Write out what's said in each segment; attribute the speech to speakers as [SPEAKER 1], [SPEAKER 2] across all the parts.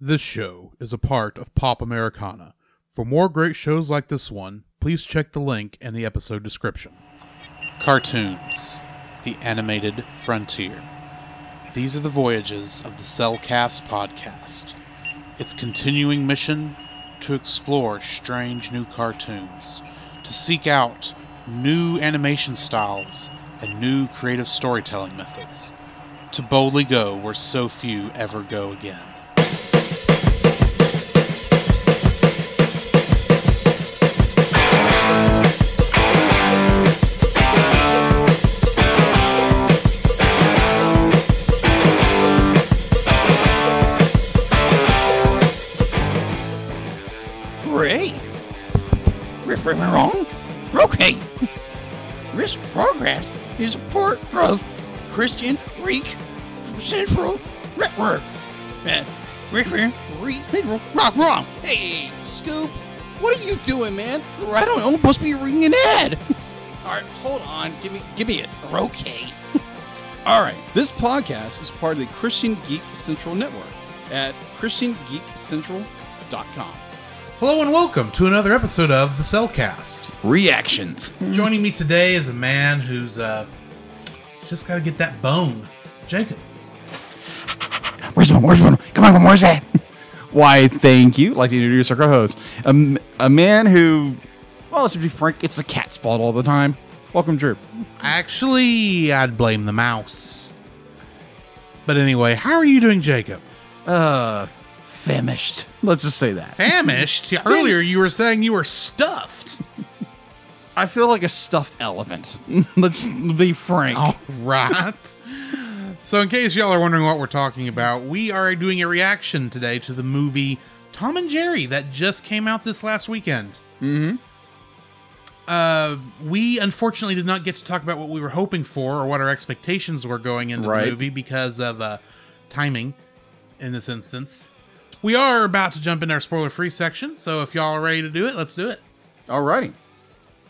[SPEAKER 1] This show is a part of Pop Americana. For more great shows like this one, please check the link in the episode description. Cartoons The Animated Frontier. These are the voyages of the Cellcast podcast, its continuing mission to explore strange new cartoons, to seek out new animation styles and new creative storytelling methods, to boldly go where so few ever go again.
[SPEAKER 2] Ray? Riff Riff wrong? Okay. This progress is a part of Christian Reek Central Network. Uh, Riff Riff Reek Central Rock Wrong. Hey, Scoop, what are you doing, man? I don't know. I'm supposed to be reading an ad. All right, hold on. Give me, give me it. Okay. All right.
[SPEAKER 3] This podcast is part of the Christian Geek Central Network at ChristianGeekCentral.com.
[SPEAKER 1] Hello and welcome to another episode of The Cellcast.
[SPEAKER 2] Reactions.
[SPEAKER 1] Joining me today is a man who's uh, just got to get that bone, Jacob.
[SPEAKER 2] Where's one? Where's one? Come on, where's that?
[SPEAKER 4] Why, thank you. I'd like to introduce our co-host, a, m- a man who, well, let's be frank, it's the cat's fault all the time. Welcome, Drew.
[SPEAKER 1] Actually, I'd blame the mouse. But anyway, how are you doing, Jacob?
[SPEAKER 4] Uh,
[SPEAKER 2] Famished.
[SPEAKER 4] let's just say that
[SPEAKER 1] Famished. Earlier, you were saying you were stuffed.
[SPEAKER 4] I feel like a stuffed elephant. let's be frank.
[SPEAKER 2] Oh.
[SPEAKER 1] Right. So, in case y'all are wondering what we're talking about, we are doing a reaction today to the movie Tom and Jerry that just came out this last weekend.
[SPEAKER 4] Mm-hmm.
[SPEAKER 1] Uh, we unfortunately did not get to talk about what we were hoping for or what our expectations were going into
[SPEAKER 4] Right.
[SPEAKER 1] the movie because of uh, timing in this instance. We are about to jump into our spoiler free section, so if y'all are ready to do it, let's do it.
[SPEAKER 4] Alrighty.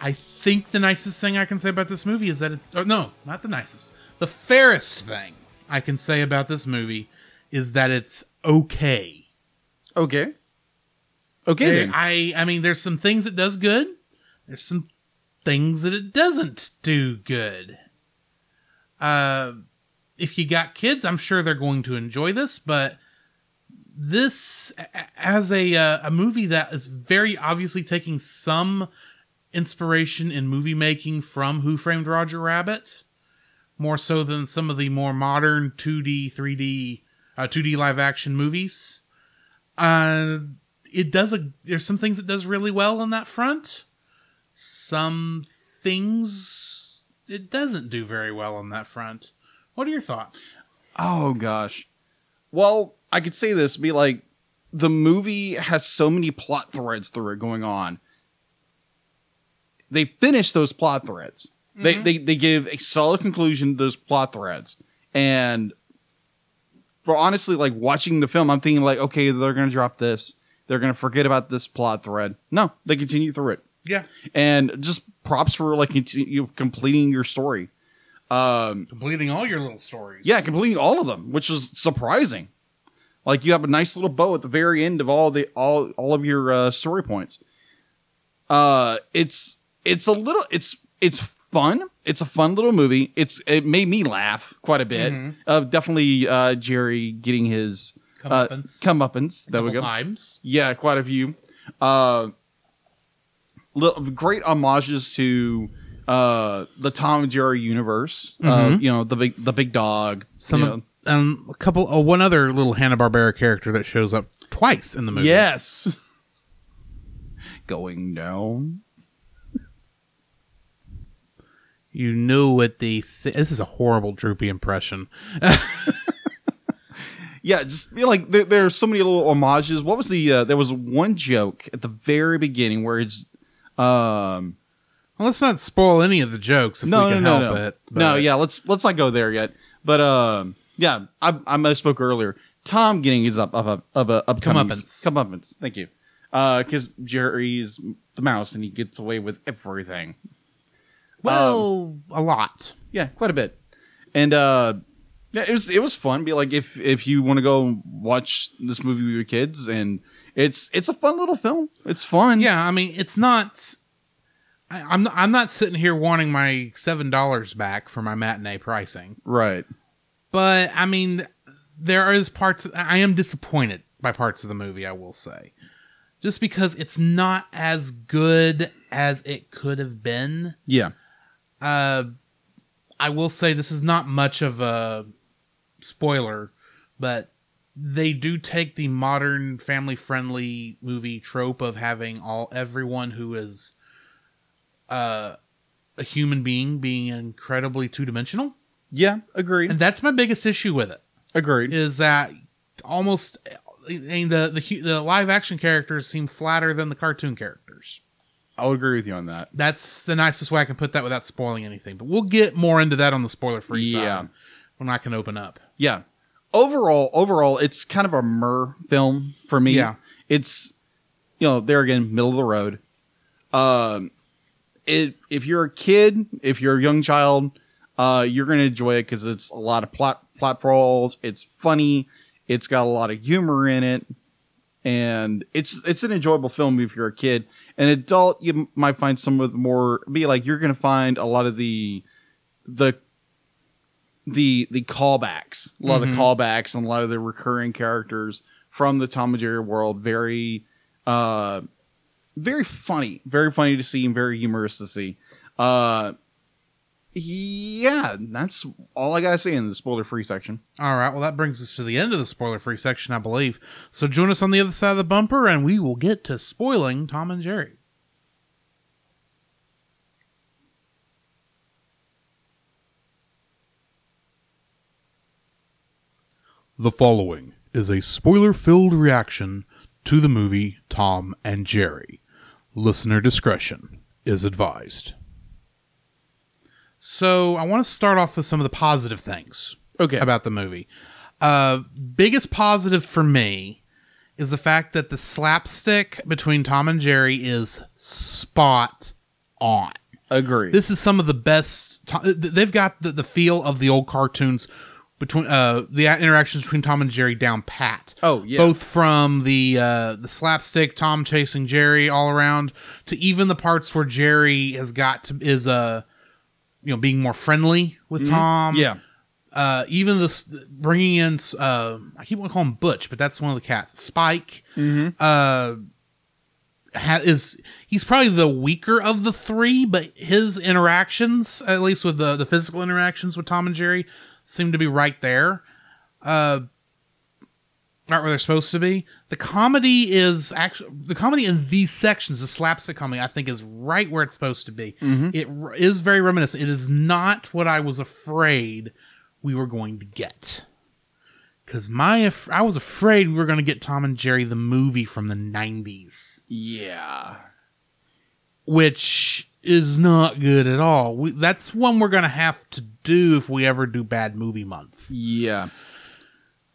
[SPEAKER 1] I think the nicest thing I can say about this movie is that it's or no, not the nicest. The fairest thing I can say about this movie is that it's okay.
[SPEAKER 4] Okay. Okay.
[SPEAKER 1] There-
[SPEAKER 4] then.
[SPEAKER 1] I I mean there's some things it does good. There's some things that it doesn't do good. Uh if you got kids, I'm sure they're going to enjoy this, but this a- a- as a uh, a movie that is very obviously taking some inspiration in movie making from Who Framed Roger Rabbit more so than some of the more modern 2D, 3D, uh, 2D live action movies. Uh it does a there's some things it does really well on that front some things it doesn't do very well on that front what are your thoughts
[SPEAKER 4] Oh gosh. Well, I could say this be like the movie has so many plot threads through it going on. They finish those plot threads. They,
[SPEAKER 1] Mhm.
[SPEAKER 4] they they give a solid conclusion to those plot threads. And for honestly like watching the film, I'm thinking like, okay, they're gonna drop this. They're gonna forget about this plot thread. No, they continue through it
[SPEAKER 1] yeah
[SPEAKER 4] and just props for like continue, completing your story. Um,
[SPEAKER 1] completing all your little stories
[SPEAKER 4] yeah, completing all of them, which was surprising. Like you have a nice little bow at the very end of all the all all of your uh, story points. Uh, it's it's a little it's it's fun. It's a fun little movie. It's it made me laugh quite a bit.
[SPEAKER 1] Mhm.
[SPEAKER 4] Uh, definitely uh, Jerry getting his
[SPEAKER 1] come
[SPEAKER 4] uh,
[SPEAKER 1] up and
[SPEAKER 4] comeuppance. There we go.
[SPEAKER 1] times
[SPEAKER 4] Yeah, quite a few. Uh, little, great homages to uh, the Tom and Jerry universe. Uh,
[SPEAKER 1] Mhm.
[SPEAKER 4] you know the big the big dog.
[SPEAKER 1] some
[SPEAKER 4] you
[SPEAKER 1] of-
[SPEAKER 4] know.
[SPEAKER 1] um a couple oh, one other little hanna-barbera character that shows up twice in the movie
[SPEAKER 4] Yes. Going down.
[SPEAKER 1] you know what they say this is a horrible droopy impression
[SPEAKER 4] Yeah, just you know, like there, there are so many little homages. What was the? Uh, there was one joke at the very beginning where it's, um,
[SPEAKER 1] well, let's not spoil any of the jokes if
[SPEAKER 4] no,
[SPEAKER 1] we
[SPEAKER 4] no,
[SPEAKER 1] can
[SPEAKER 4] no,
[SPEAKER 1] help
[SPEAKER 4] no,
[SPEAKER 1] it
[SPEAKER 4] no.
[SPEAKER 1] but-
[SPEAKER 4] Yeah, let's let's not go there yet. But um, yeah, I I misspoke earlier. Tom getting his up up up up uh, upcoming
[SPEAKER 1] Comeuppance.
[SPEAKER 4] comeuppance. Thank you. Uh, because Jerry's the mouse and he gets away with everything.
[SPEAKER 1] well a lot
[SPEAKER 4] um, Yeah, quite a bit. And uh Yeah, it was it was fun. Be like if if you want to go watch this movie with your kids, and it's it's a fun little film. It's fun.
[SPEAKER 1] Yeah, I mean, it's not. I, I'm not, I'm not sitting here wanting my seven dollars back for my matinee pricing,
[SPEAKER 4] right.
[SPEAKER 1] but I mean, there is parts I am disappointed by parts of the movie. I will say, just because it's not as good as it could have been.
[SPEAKER 4] Yeah,
[SPEAKER 1] Uh, I will say this is not much of a spoiler, but they do take the modern family-friendly movie trope of having all everyone who is uh, a human being being incredibly two-dimensional,
[SPEAKER 4] yeah. Agreed.
[SPEAKER 1] and that's my biggest issue with it
[SPEAKER 4] Agreed.
[SPEAKER 1] is that almost I mean, the the hu- the live action characters seem flatter than the cartoon characters.
[SPEAKER 4] I'll agree with you on that.
[SPEAKER 1] That's the nicest way I can put that without spoiling anything. But we'll get more into that on the spoiler free
[SPEAKER 4] Yeah.
[SPEAKER 1] side when I can open up.
[SPEAKER 4] Yeah. Overall, overall, it's kind of a mer film for me.
[SPEAKER 1] Yeah.
[SPEAKER 4] It's you know, there again, middle of the road. Um it, if you're a kid, if you're a young child, uh, you're gonna enjoy it because it's a lot of plot plot flaws. It's funny. It's got a lot of humor in it, and it's it's an enjoyable film if you're a kid. An adult, you m- might find some of the more be like you're gonna find a lot of the the the the callbacks, a lot of
[SPEAKER 1] Mhm.
[SPEAKER 4] the callbacks, and a lot of the recurring characters from the Tom and Jerry world. Very, uh, very funny, very funny to see, and very humorous to see. Uh, yeah, that's all I gotta say in the spoiler free section.
[SPEAKER 1] All right. Well, that brings us to the end of the spoiler free section, I believe. So join us on the other side of the bumper, and we will get to spoiling Tom and Jerry. The following is a spoiler filled reaction to the movie Tom and Jerry. Listener discretion is advised. So, I want to start off with some of the positive things
[SPEAKER 4] Okay,
[SPEAKER 1] about the movie. Uh, biggest positive for me is the fact that the slapstick between Tom and Jerry is spot on.
[SPEAKER 4] agree.
[SPEAKER 1] This is some of the best. To- th- they've got the, the feel of the old cartoons between uh, the a- interactions between Tom and Jerry down pat.
[SPEAKER 4] oh yeah,
[SPEAKER 1] Both from the uh, the slapstick Tom chasing Jerry all around to even the parts where Jerry has got to is uh you know being more friendly with Tom
[SPEAKER 4] Mm-hmm. yeah,
[SPEAKER 1] uh, even this bringing in uh, I keep wanting to call him Butch, but that's one of the cats. Spike
[SPEAKER 4] Mhm.
[SPEAKER 1] uh, ha- is he's probably the weaker of the three, but his interactions, at least with the the physical interactions with Tom and Jerry, seem to be right there. Uh, not where they're supposed to be. The comedy is actually the comedy in these sections, the slapstick comedy, I think is right where it's supposed to be.
[SPEAKER 4] Mhm.
[SPEAKER 1] It r- is very reminiscent. It is not what I was afraid we were going to get. Cause my, af- I was afraid we were going to get Tom and Jerry the movie from the '90s,
[SPEAKER 4] yeah.
[SPEAKER 1] which is not good at all. We, that's one we're going to have to do if we ever do Bad Movie Month.
[SPEAKER 4] Yeah.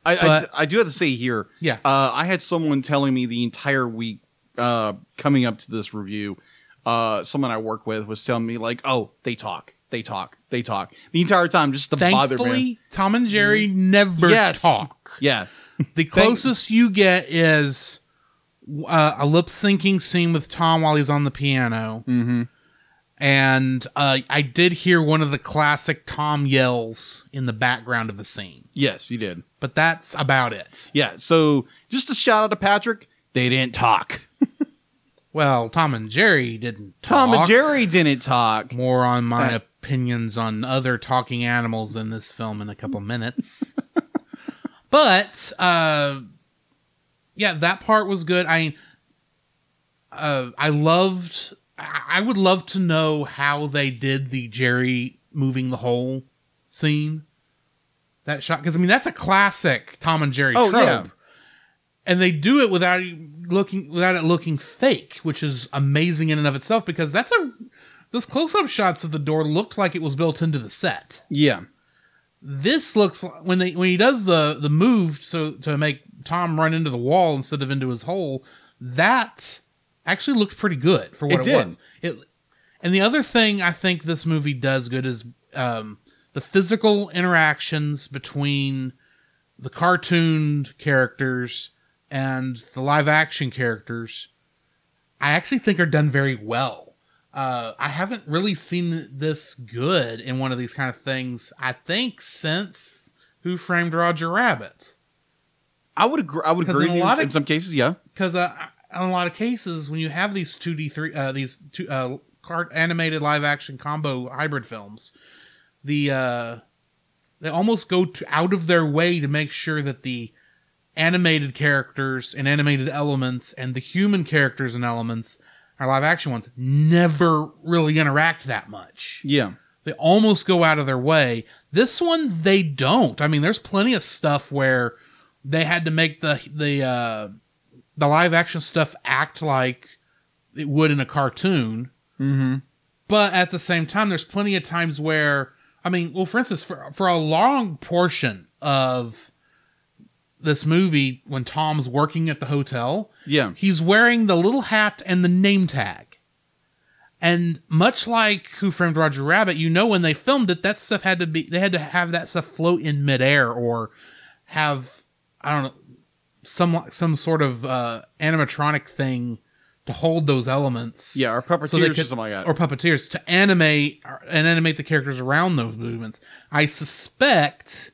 [SPEAKER 4] I, I
[SPEAKER 1] But-
[SPEAKER 4] d- I do have to say here,
[SPEAKER 1] Yeah.
[SPEAKER 4] uh, I had someone telling me the entire week uh, coming up to this review, uh, someone I work with was telling me, like, oh, they talk, they talk, they talk. The entire time, just to bother me.
[SPEAKER 1] Thankfully, Tom and Jerry never
[SPEAKER 4] Yes.
[SPEAKER 1] talk.
[SPEAKER 4] Yeah.
[SPEAKER 1] The closest you get is uh, a lip syncing scene with Tom while he's on the piano.
[SPEAKER 4] Mm-hmm.
[SPEAKER 1] And uh, I did hear one of the classic Tom yells in the background of the scene,
[SPEAKER 4] Yes, you did.
[SPEAKER 1] but that's about it.
[SPEAKER 4] Yeah. So just a shout out to Patrick. They didn't talk.
[SPEAKER 1] Well, Tom and Jerry didn't talk.
[SPEAKER 4] Tom and Jerry didn't talk.
[SPEAKER 1] More on my
[SPEAKER 4] Uh,
[SPEAKER 1] opinions on other talking animals in this film in a couple minutes. but uh, yeah, that part was good. I uh, I loved. I I would love to know how they did the Jerry moving the hole scene. That shot, because I mean that's a classic Tom and Jerry
[SPEAKER 4] Oh,
[SPEAKER 1] trope,
[SPEAKER 4] yeah.
[SPEAKER 1] and they do it without you looking without it looking fake, which is amazing in and of itself. Because that's a those close-up shots of the door looked like it was built into the set
[SPEAKER 4] Yeah.
[SPEAKER 1] this looks like when they when he does the the move so to make Tom run into the wall instead of into his hole. That actually looked pretty good for what
[SPEAKER 4] It
[SPEAKER 1] it,
[SPEAKER 4] did.
[SPEAKER 1] was. It and the other thing I think this movie does good is um, the physical interactions between the cartooned characters and the live action characters, I actually think are done very well. Uh, I haven't really seen this good in one of these kind of things, I think, since Who Framed Roger Rabbit.
[SPEAKER 4] I would agree. I would
[SPEAKER 1] 'Cause
[SPEAKER 4] agree
[SPEAKER 1] in a
[SPEAKER 4] with you
[SPEAKER 1] lot
[SPEAKER 4] in
[SPEAKER 1] of-
[SPEAKER 4] some cases. Yeah,
[SPEAKER 1] because uh, in a lot of cases when you have these 2d 3 uh, these two uh, cart animated live action combo hybrid films the uh, they almost go to, out of their way to make sure that the animated characters and animated elements and the human characters and elements our live action ones never really interact that much
[SPEAKER 4] yeah.
[SPEAKER 1] they almost go out of their way. This one they don't. I mean, there's plenty of stuff where they had to make the the uh, the live action stuff act like it would in a cartoon,
[SPEAKER 4] Mm-hmm.
[SPEAKER 1] but at the same time, there's plenty of times where I mean, well, for instance, for for a long portion of this movie, when Tom's working at the hotel,
[SPEAKER 4] Yeah.
[SPEAKER 1] He's wearing the little hat and the name tag. And much like Who Framed Roger Rabbit, you know when they filmed it, that stuff had to be they had to have that stuff float in midair or have I don't know some some sort of uh, animatronic thing to hold those elements.
[SPEAKER 4] Yeah. Or puppeteers
[SPEAKER 1] So they
[SPEAKER 4] or
[SPEAKER 1] could-
[SPEAKER 4] something like that.
[SPEAKER 1] Or puppeteers to animate and animate the characters around those movements. I suspect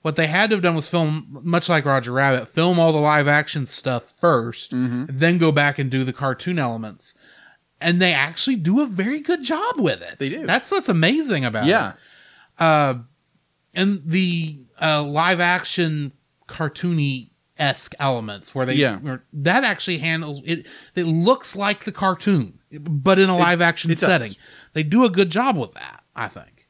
[SPEAKER 1] what they had to have done was film much like Roger Rabbit, film all the live action stuff 1st
[SPEAKER 4] Mhm.
[SPEAKER 1] then go back and do the cartoon elements. And they actually do a very good job with it.
[SPEAKER 4] They do.
[SPEAKER 1] That's what's amazing about it
[SPEAKER 4] yeah.
[SPEAKER 1] uh, and the uh, live action cartoony esque elements where they
[SPEAKER 4] Yeah.
[SPEAKER 1] where that actually handles it it looks like the cartoon but in a live action
[SPEAKER 4] it does.
[SPEAKER 1] setting they do a good job with that i think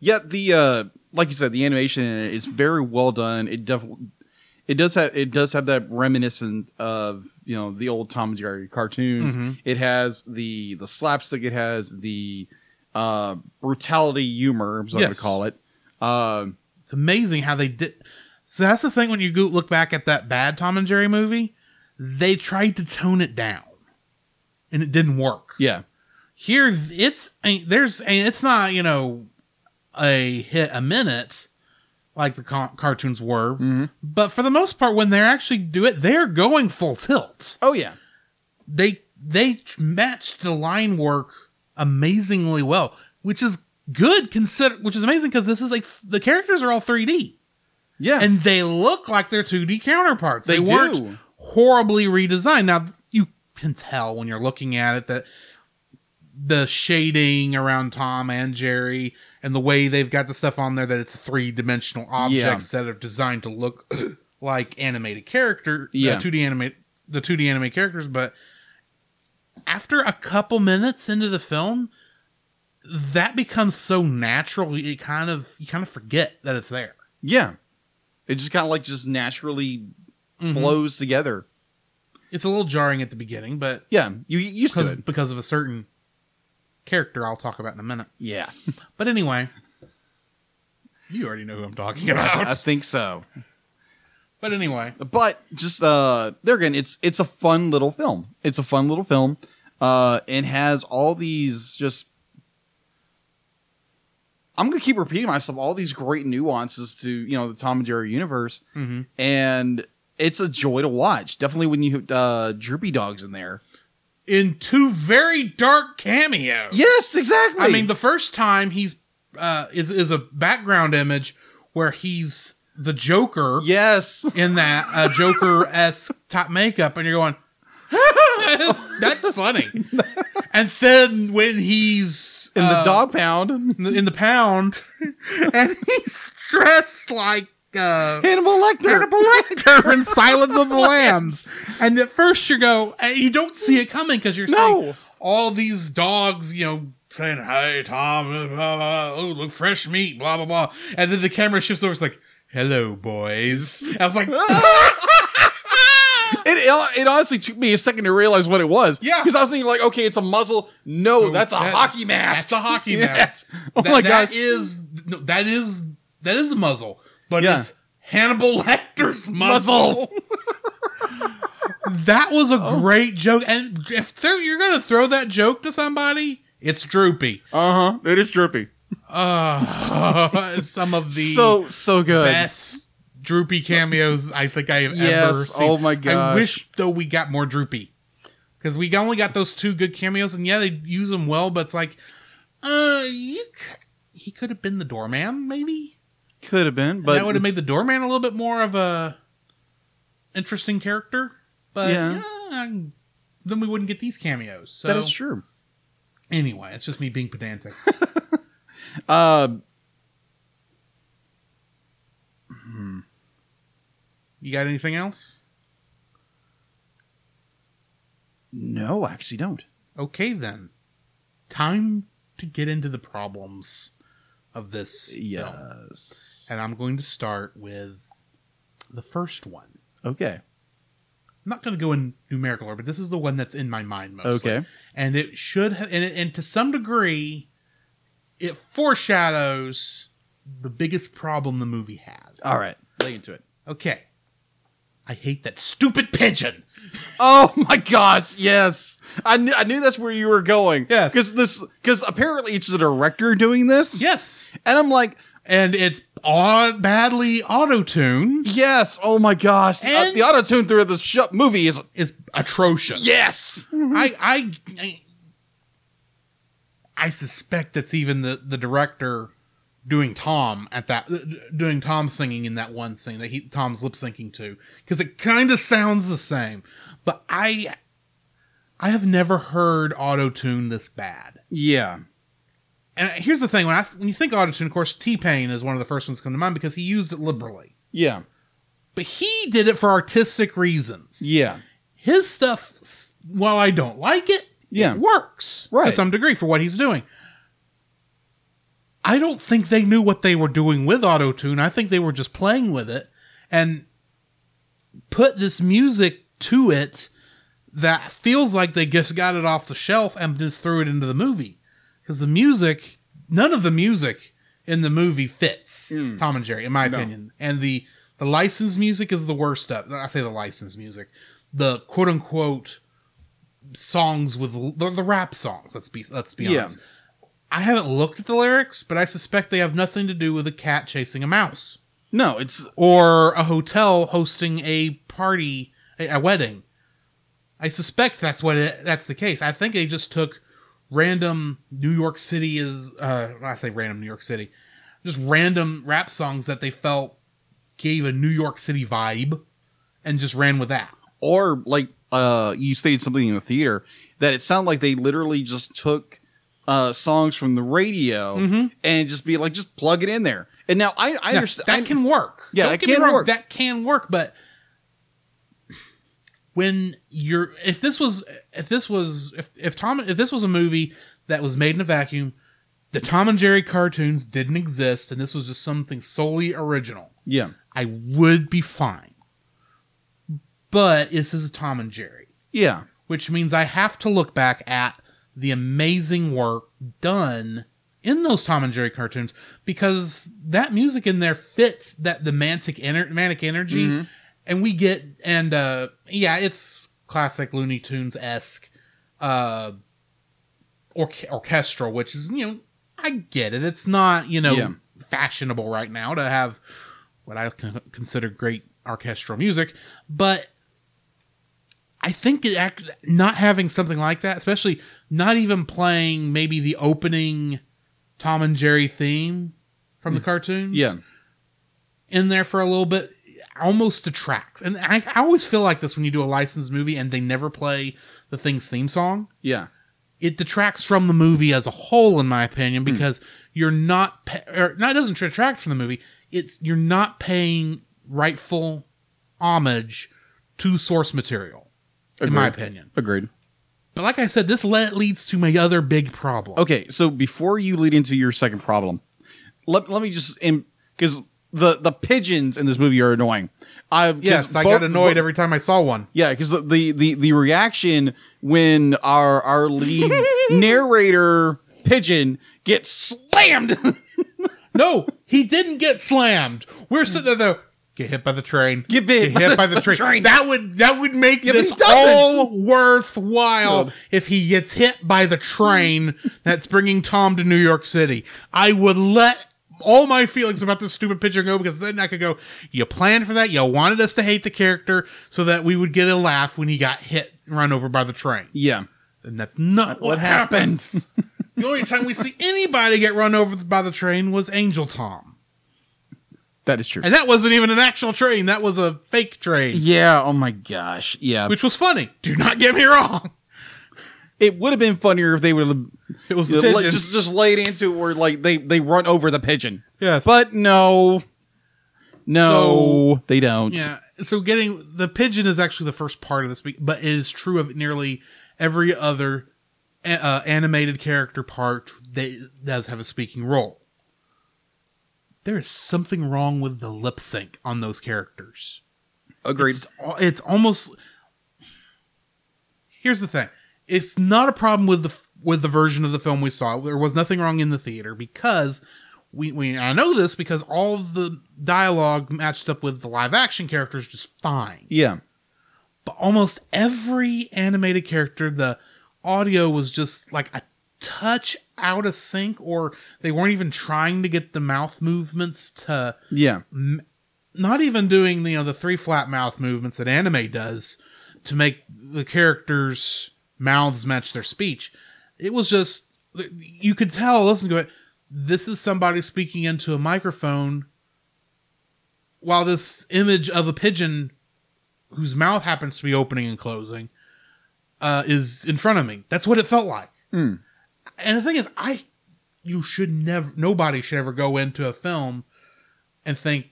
[SPEAKER 4] Yet the uh like you said, the animation in it is very well done. It definitely it does have it does have that reminiscent of you know the old Tom and Jerry cartoons.
[SPEAKER 1] Mhm.
[SPEAKER 4] It has the the slapstick. It has the uh, brutality humor, as I'm going
[SPEAKER 1] Yes.
[SPEAKER 4] to call it. Um
[SPEAKER 1] it's amazing how they did so that's the thing when you go look back at that bad tom and jerry movie they tried to tone it down and it didn't work
[SPEAKER 4] yeah,
[SPEAKER 1] here it's ain't- there's ain't- it's not you know a hit a minute like the co- cartoons were
[SPEAKER 4] Mhm.
[SPEAKER 1] but for the most part when they actually do it they're going full tilt
[SPEAKER 4] oh yeah,
[SPEAKER 1] they they matched the line work amazingly well which is good consider which is amazing because this is like the characters are all 3d
[SPEAKER 4] yeah,
[SPEAKER 1] and they look like their 2d counterparts they,
[SPEAKER 4] do.
[SPEAKER 1] weren't horribly redesigned. Now you can tell when you're looking at it that the shading around Tom and Jerry and the way they've got the stuff on there that it's three dimensional objects that are designed to look like animated character, uh,
[SPEAKER 4] Yeah.
[SPEAKER 1] two D animate the two D anime characters. But after a couple minutes into the film, that becomes so natural. It kind of you kind of forget that it's there.
[SPEAKER 4] Yeah, it just kind of like just naturally flows together.
[SPEAKER 1] It's a little jarring at the beginning, but
[SPEAKER 4] Yeah, you get used to
[SPEAKER 1] because,
[SPEAKER 4] it.
[SPEAKER 1] because of a certain character I'll talk about in a minute.
[SPEAKER 4] Yeah,
[SPEAKER 1] But anyway, you already know who I'm talking
[SPEAKER 4] I
[SPEAKER 1] about.
[SPEAKER 4] think so.
[SPEAKER 1] But anyway,
[SPEAKER 4] but just uh there again it's it's a fun little film it's a fun little film uh and has all these just i'm gonna keep repeating myself all these great nuances to you know the tom and jerry universe
[SPEAKER 1] hmm
[SPEAKER 4] and it's a joy to watch definitely when you uh droopy dogs in there
[SPEAKER 1] in two very dark cameos.
[SPEAKER 4] yes exactly
[SPEAKER 1] Oh. I mean, the first time he's uh, is is a background image where he's the Joker
[SPEAKER 4] yes
[SPEAKER 1] in that uh, Joker esque top makeup, and you're going, "That's- that's funny. and then when he's
[SPEAKER 4] in the
[SPEAKER 1] uh,
[SPEAKER 4] dog pound
[SPEAKER 1] in the, in the pound, and he's dressed like uh,
[SPEAKER 4] hannibal lecter
[SPEAKER 1] Hannibal Lecter in Silence of the Lambs. And at first you go, and you don't see it coming because you're
[SPEAKER 4] no
[SPEAKER 1] seeing all these dogs, you know, saying, "Hey Tom, blah, blah, blah. oh look, fresh meat, blah blah blah," and then the camera shifts over. It's like, "Hello, boys." I was like,
[SPEAKER 4] It, it, it honestly took me a second to realize what it was.
[SPEAKER 1] Yeah.
[SPEAKER 4] Because I was thinking, like, okay, it's a muzzle. No,
[SPEAKER 1] Oh,
[SPEAKER 4] that's a
[SPEAKER 1] that-
[SPEAKER 4] hockey mask.
[SPEAKER 1] "That's a hockey mask."
[SPEAKER 4] Yes. Oh
[SPEAKER 1] that,
[SPEAKER 4] my
[SPEAKER 1] that
[SPEAKER 4] gosh.
[SPEAKER 1] is- no, that is that is a muzzle, but
[SPEAKER 4] Yeah.
[SPEAKER 1] it's Hannibal Lecter's muzzle. that was a
[SPEAKER 4] Oh.
[SPEAKER 1] great joke, and if there- you're gonna throw that joke to somebody, it's droopy.
[SPEAKER 4] Uh huh. Uh-huh. It is drippy.
[SPEAKER 1] Uh, some of the
[SPEAKER 4] so so good.
[SPEAKER 1] best droopy cameos I think I have ever
[SPEAKER 4] Yes.
[SPEAKER 1] seen.
[SPEAKER 4] Oh my god.
[SPEAKER 1] I wish though we got more droopy because we only got those two good cameos, and yeah, they use them well, but it's like, uh, you c- he could have been the doorman, maybe.
[SPEAKER 4] could have been,
[SPEAKER 1] But
[SPEAKER 4] but
[SPEAKER 1] that would have made the doorman a little bit more of a interesting character. But
[SPEAKER 4] Yeah.
[SPEAKER 1] yeah, then we wouldn't get these cameos. So
[SPEAKER 4] that is true.
[SPEAKER 1] anyway, it's just me being pedantic.
[SPEAKER 4] Uh, Hmm.
[SPEAKER 1] You got anything else?
[SPEAKER 4] no, I actually don't.
[SPEAKER 1] Okay then, time to get into the problems of this film.
[SPEAKER 4] Yes.
[SPEAKER 1] And I'm going to start with the first one.
[SPEAKER 4] Okay.
[SPEAKER 1] I'm not going to go in numerical order, but this is the one that's in my mind mostly.
[SPEAKER 4] Okay.
[SPEAKER 1] And it should have, and, it, and to some degree, it foreshadows the biggest problem the movie has.
[SPEAKER 4] All right. Lay into it.
[SPEAKER 1] Okay. I hate that stupid pigeon.
[SPEAKER 4] Oh my gosh! Yes, I knew. I knew that's where you were going.
[SPEAKER 1] Yes.
[SPEAKER 4] because this because apparently it's the director doing this.
[SPEAKER 1] Yes.
[SPEAKER 4] and I'm like,
[SPEAKER 1] And it's au- badly auto tuned.
[SPEAKER 4] yes. Oh my gosh! The,
[SPEAKER 1] And-
[SPEAKER 4] the auto tune through this sh- movie is Mm-hmm.
[SPEAKER 1] It's atrocious.
[SPEAKER 4] yes.
[SPEAKER 1] I, I I I suspect that's even the the director doing Tom at that doing Tom singing in that one scene that he Tom's lip syncing to because it kind of sounds the same. But I I have never heard auto tune this bad.
[SPEAKER 4] Yeah.
[SPEAKER 1] And here's the thing: when I when you think auto tune, of course, T Pain is one of the first ones to come to mind because he used it liberally.
[SPEAKER 4] Yeah.
[SPEAKER 1] But he did it for artistic reasons.
[SPEAKER 4] Yeah.
[SPEAKER 1] His stuff, while I don't like it,
[SPEAKER 4] Yeah.
[SPEAKER 1] works to
[SPEAKER 4] Right.
[SPEAKER 1] some degree for what he's doing. I don't think they knew what they were doing with autotune. I think they were just playing with it and put this music to it that feels like they just got it off the shelf and just threw it into the movie. Because the music, none of the music in the movie fits
[SPEAKER 4] Mm.
[SPEAKER 1] Tom and Jerry, in my
[SPEAKER 4] No.
[SPEAKER 1] opinion. And the the licensed music is the worst of. I say the licensed music, the quote unquote songs with l- the, the rap songs. Let's be let's be
[SPEAKER 4] Yeah.
[SPEAKER 1] honest. I haven't looked at the lyrics, but I suspect they have nothing to do with a cat chasing a mouse
[SPEAKER 4] No, it's
[SPEAKER 1] or a hotel hosting a party, a, a wedding. I suspect that's what it, that's the case. I think they just took random New York City is uh, when I say random New York City, just random rap songs that they felt gave a New York City vibe, and just ran with that.
[SPEAKER 4] or like uh you stated something in the theater that it sounded like they literally just took uh songs from the radio
[SPEAKER 1] Mhm.
[SPEAKER 4] and just be like just plug it in there. And now I, I
[SPEAKER 1] Now,
[SPEAKER 4] understand
[SPEAKER 1] that
[SPEAKER 4] I-
[SPEAKER 1] can work.
[SPEAKER 4] Yeah,
[SPEAKER 1] Don't
[SPEAKER 4] that
[SPEAKER 1] get me
[SPEAKER 4] can
[SPEAKER 1] wrong,
[SPEAKER 4] work.
[SPEAKER 1] That can work, but when you're if this was if this was if if Tom if this was a movie that was made in a vacuum, the Tom and Jerry cartoons didn't exist, and this was just something solely original.
[SPEAKER 4] yeah.
[SPEAKER 1] I would be fine, but this is a Tom and Jerry,
[SPEAKER 4] Yeah.
[SPEAKER 1] which means I have to look back at the amazing work done in those Tom and Jerry cartoons because that music in there fits that the manic, ener- manic energy,
[SPEAKER 4] Mhm.
[SPEAKER 1] and we get and uh, yeah, it's classic Looney Tunes esque uh, orch- orchestral, which is you know I get it. It's not you know
[SPEAKER 4] Yeah.
[SPEAKER 1] fashionable right now to have what I con- consider great orchestral music, but I think it act- not having something like that, especially not even playing maybe the opening Tom and Jerry theme from the cartoons,
[SPEAKER 4] Mm. Yeah.
[SPEAKER 1] in there for a little bit, almost detracts. And I, I always feel like this when you do a licensed movie and they never play the thing's theme song.
[SPEAKER 4] Yeah.
[SPEAKER 1] It detracts from the movie as a whole, in my
[SPEAKER 4] Hmm.
[SPEAKER 1] opinion, because you're not pa- or not it doesn't detract from the movie. It's you're not paying rightful homage to source material, in my
[SPEAKER 4] Agreed.
[SPEAKER 1] opinion.
[SPEAKER 4] Agreed.
[SPEAKER 1] But like I said, this le- leads to my other big problem.
[SPEAKER 4] Okay, so before you lead into your second problem, let, let me just because the the pigeons in this movie are annoying. I 'cause
[SPEAKER 1] Yes, I
[SPEAKER 4] both-
[SPEAKER 1] got annoyed
[SPEAKER 4] bo-
[SPEAKER 1] every time I saw one.
[SPEAKER 4] Yeah, because the, the the the reaction when our our lead narrator pigeon gets slammed.
[SPEAKER 1] No, he didn't get slammed. We're sitting there though. Get hit by the train.
[SPEAKER 4] Get bit
[SPEAKER 1] Get hit by the train.
[SPEAKER 2] train.
[SPEAKER 1] That would that would make
[SPEAKER 4] Yeah, but
[SPEAKER 1] this
[SPEAKER 4] he doesn't.
[SPEAKER 1] all worthwhile
[SPEAKER 4] No.
[SPEAKER 1] if he gets hit by the train that's bringing Tom to New York City. I would let all my feelings about this stupid picture go because then I could go, you planned for that, you wanted us to hate the character so that we would get a laugh when he got hit and run over by the train.
[SPEAKER 4] Yeah.
[SPEAKER 1] And that's not what, happens. the only time we see anybody get run over by the train was Angel Tom.
[SPEAKER 4] That is true.
[SPEAKER 1] And that wasn't even an actual train, that was a fake train.
[SPEAKER 4] yeah. Oh my gosh. Yeah.
[SPEAKER 1] which was funny. Do not get me wrong.
[SPEAKER 4] it would have been funnier if they would have
[SPEAKER 1] It was the
[SPEAKER 4] Yeah,
[SPEAKER 1] pigeon.
[SPEAKER 4] like, just just laid into it where like they they run over the pigeon.
[SPEAKER 1] yes,
[SPEAKER 4] But no, no, they don't.
[SPEAKER 1] yeah. So getting the pigeon is actually the first part of this week, but it is true of nearly every other uh, animated character part that does have a speaking role. There is something wrong with the lip sync on those characters.
[SPEAKER 4] agreed.
[SPEAKER 1] It's, al- it's almost. Here's the thing: it's not a problem with the f- with the version of the film we saw. There was nothing wrong in the theater because we, we I know this because all of the dialogue matched up with the live action characters just fine.
[SPEAKER 4] Yeah,
[SPEAKER 1] But almost every animated character, the audio was just like a touch out of sync, or they weren't even trying to get the mouth movements to
[SPEAKER 4] yeah,
[SPEAKER 1] not even doing you know the three flat mouth movements that anime does to make the characters mouths match their speech it was just you could tell listen to it this is somebody speaking into a microphone while this image of a pigeon whose mouth happens to be opening and closing uh, is in front of me that's what it felt like
[SPEAKER 4] Hmm.
[SPEAKER 1] and the thing is i you should never nobody should ever go into a film and think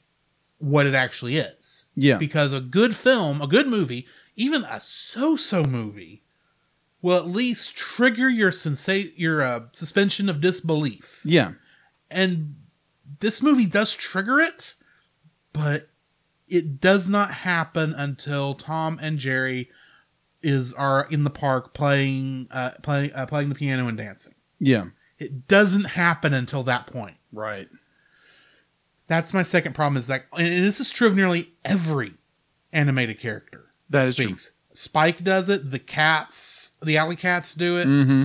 [SPEAKER 1] what it actually is.
[SPEAKER 4] yeah.
[SPEAKER 1] Because a good film, a good movie, even a so-so movie, will at least trigger your sensa- your uh, suspension of disbelief.
[SPEAKER 4] Yeah,
[SPEAKER 1] And this movie does trigger it, but it does not happen until Tom and Jerry is are in the park playing uh, playing uh, playing the piano and dancing.
[SPEAKER 4] yeah.
[SPEAKER 1] It doesn't happen until that point.
[SPEAKER 4] Right.
[SPEAKER 1] That's my second problem is that, and this is true of nearly every animated character.
[SPEAKER 4] That is true.
[SPEAKER 1] Spike does it. The cats, the alley cats do it.
[SPEAKER 4] Mm-hmm.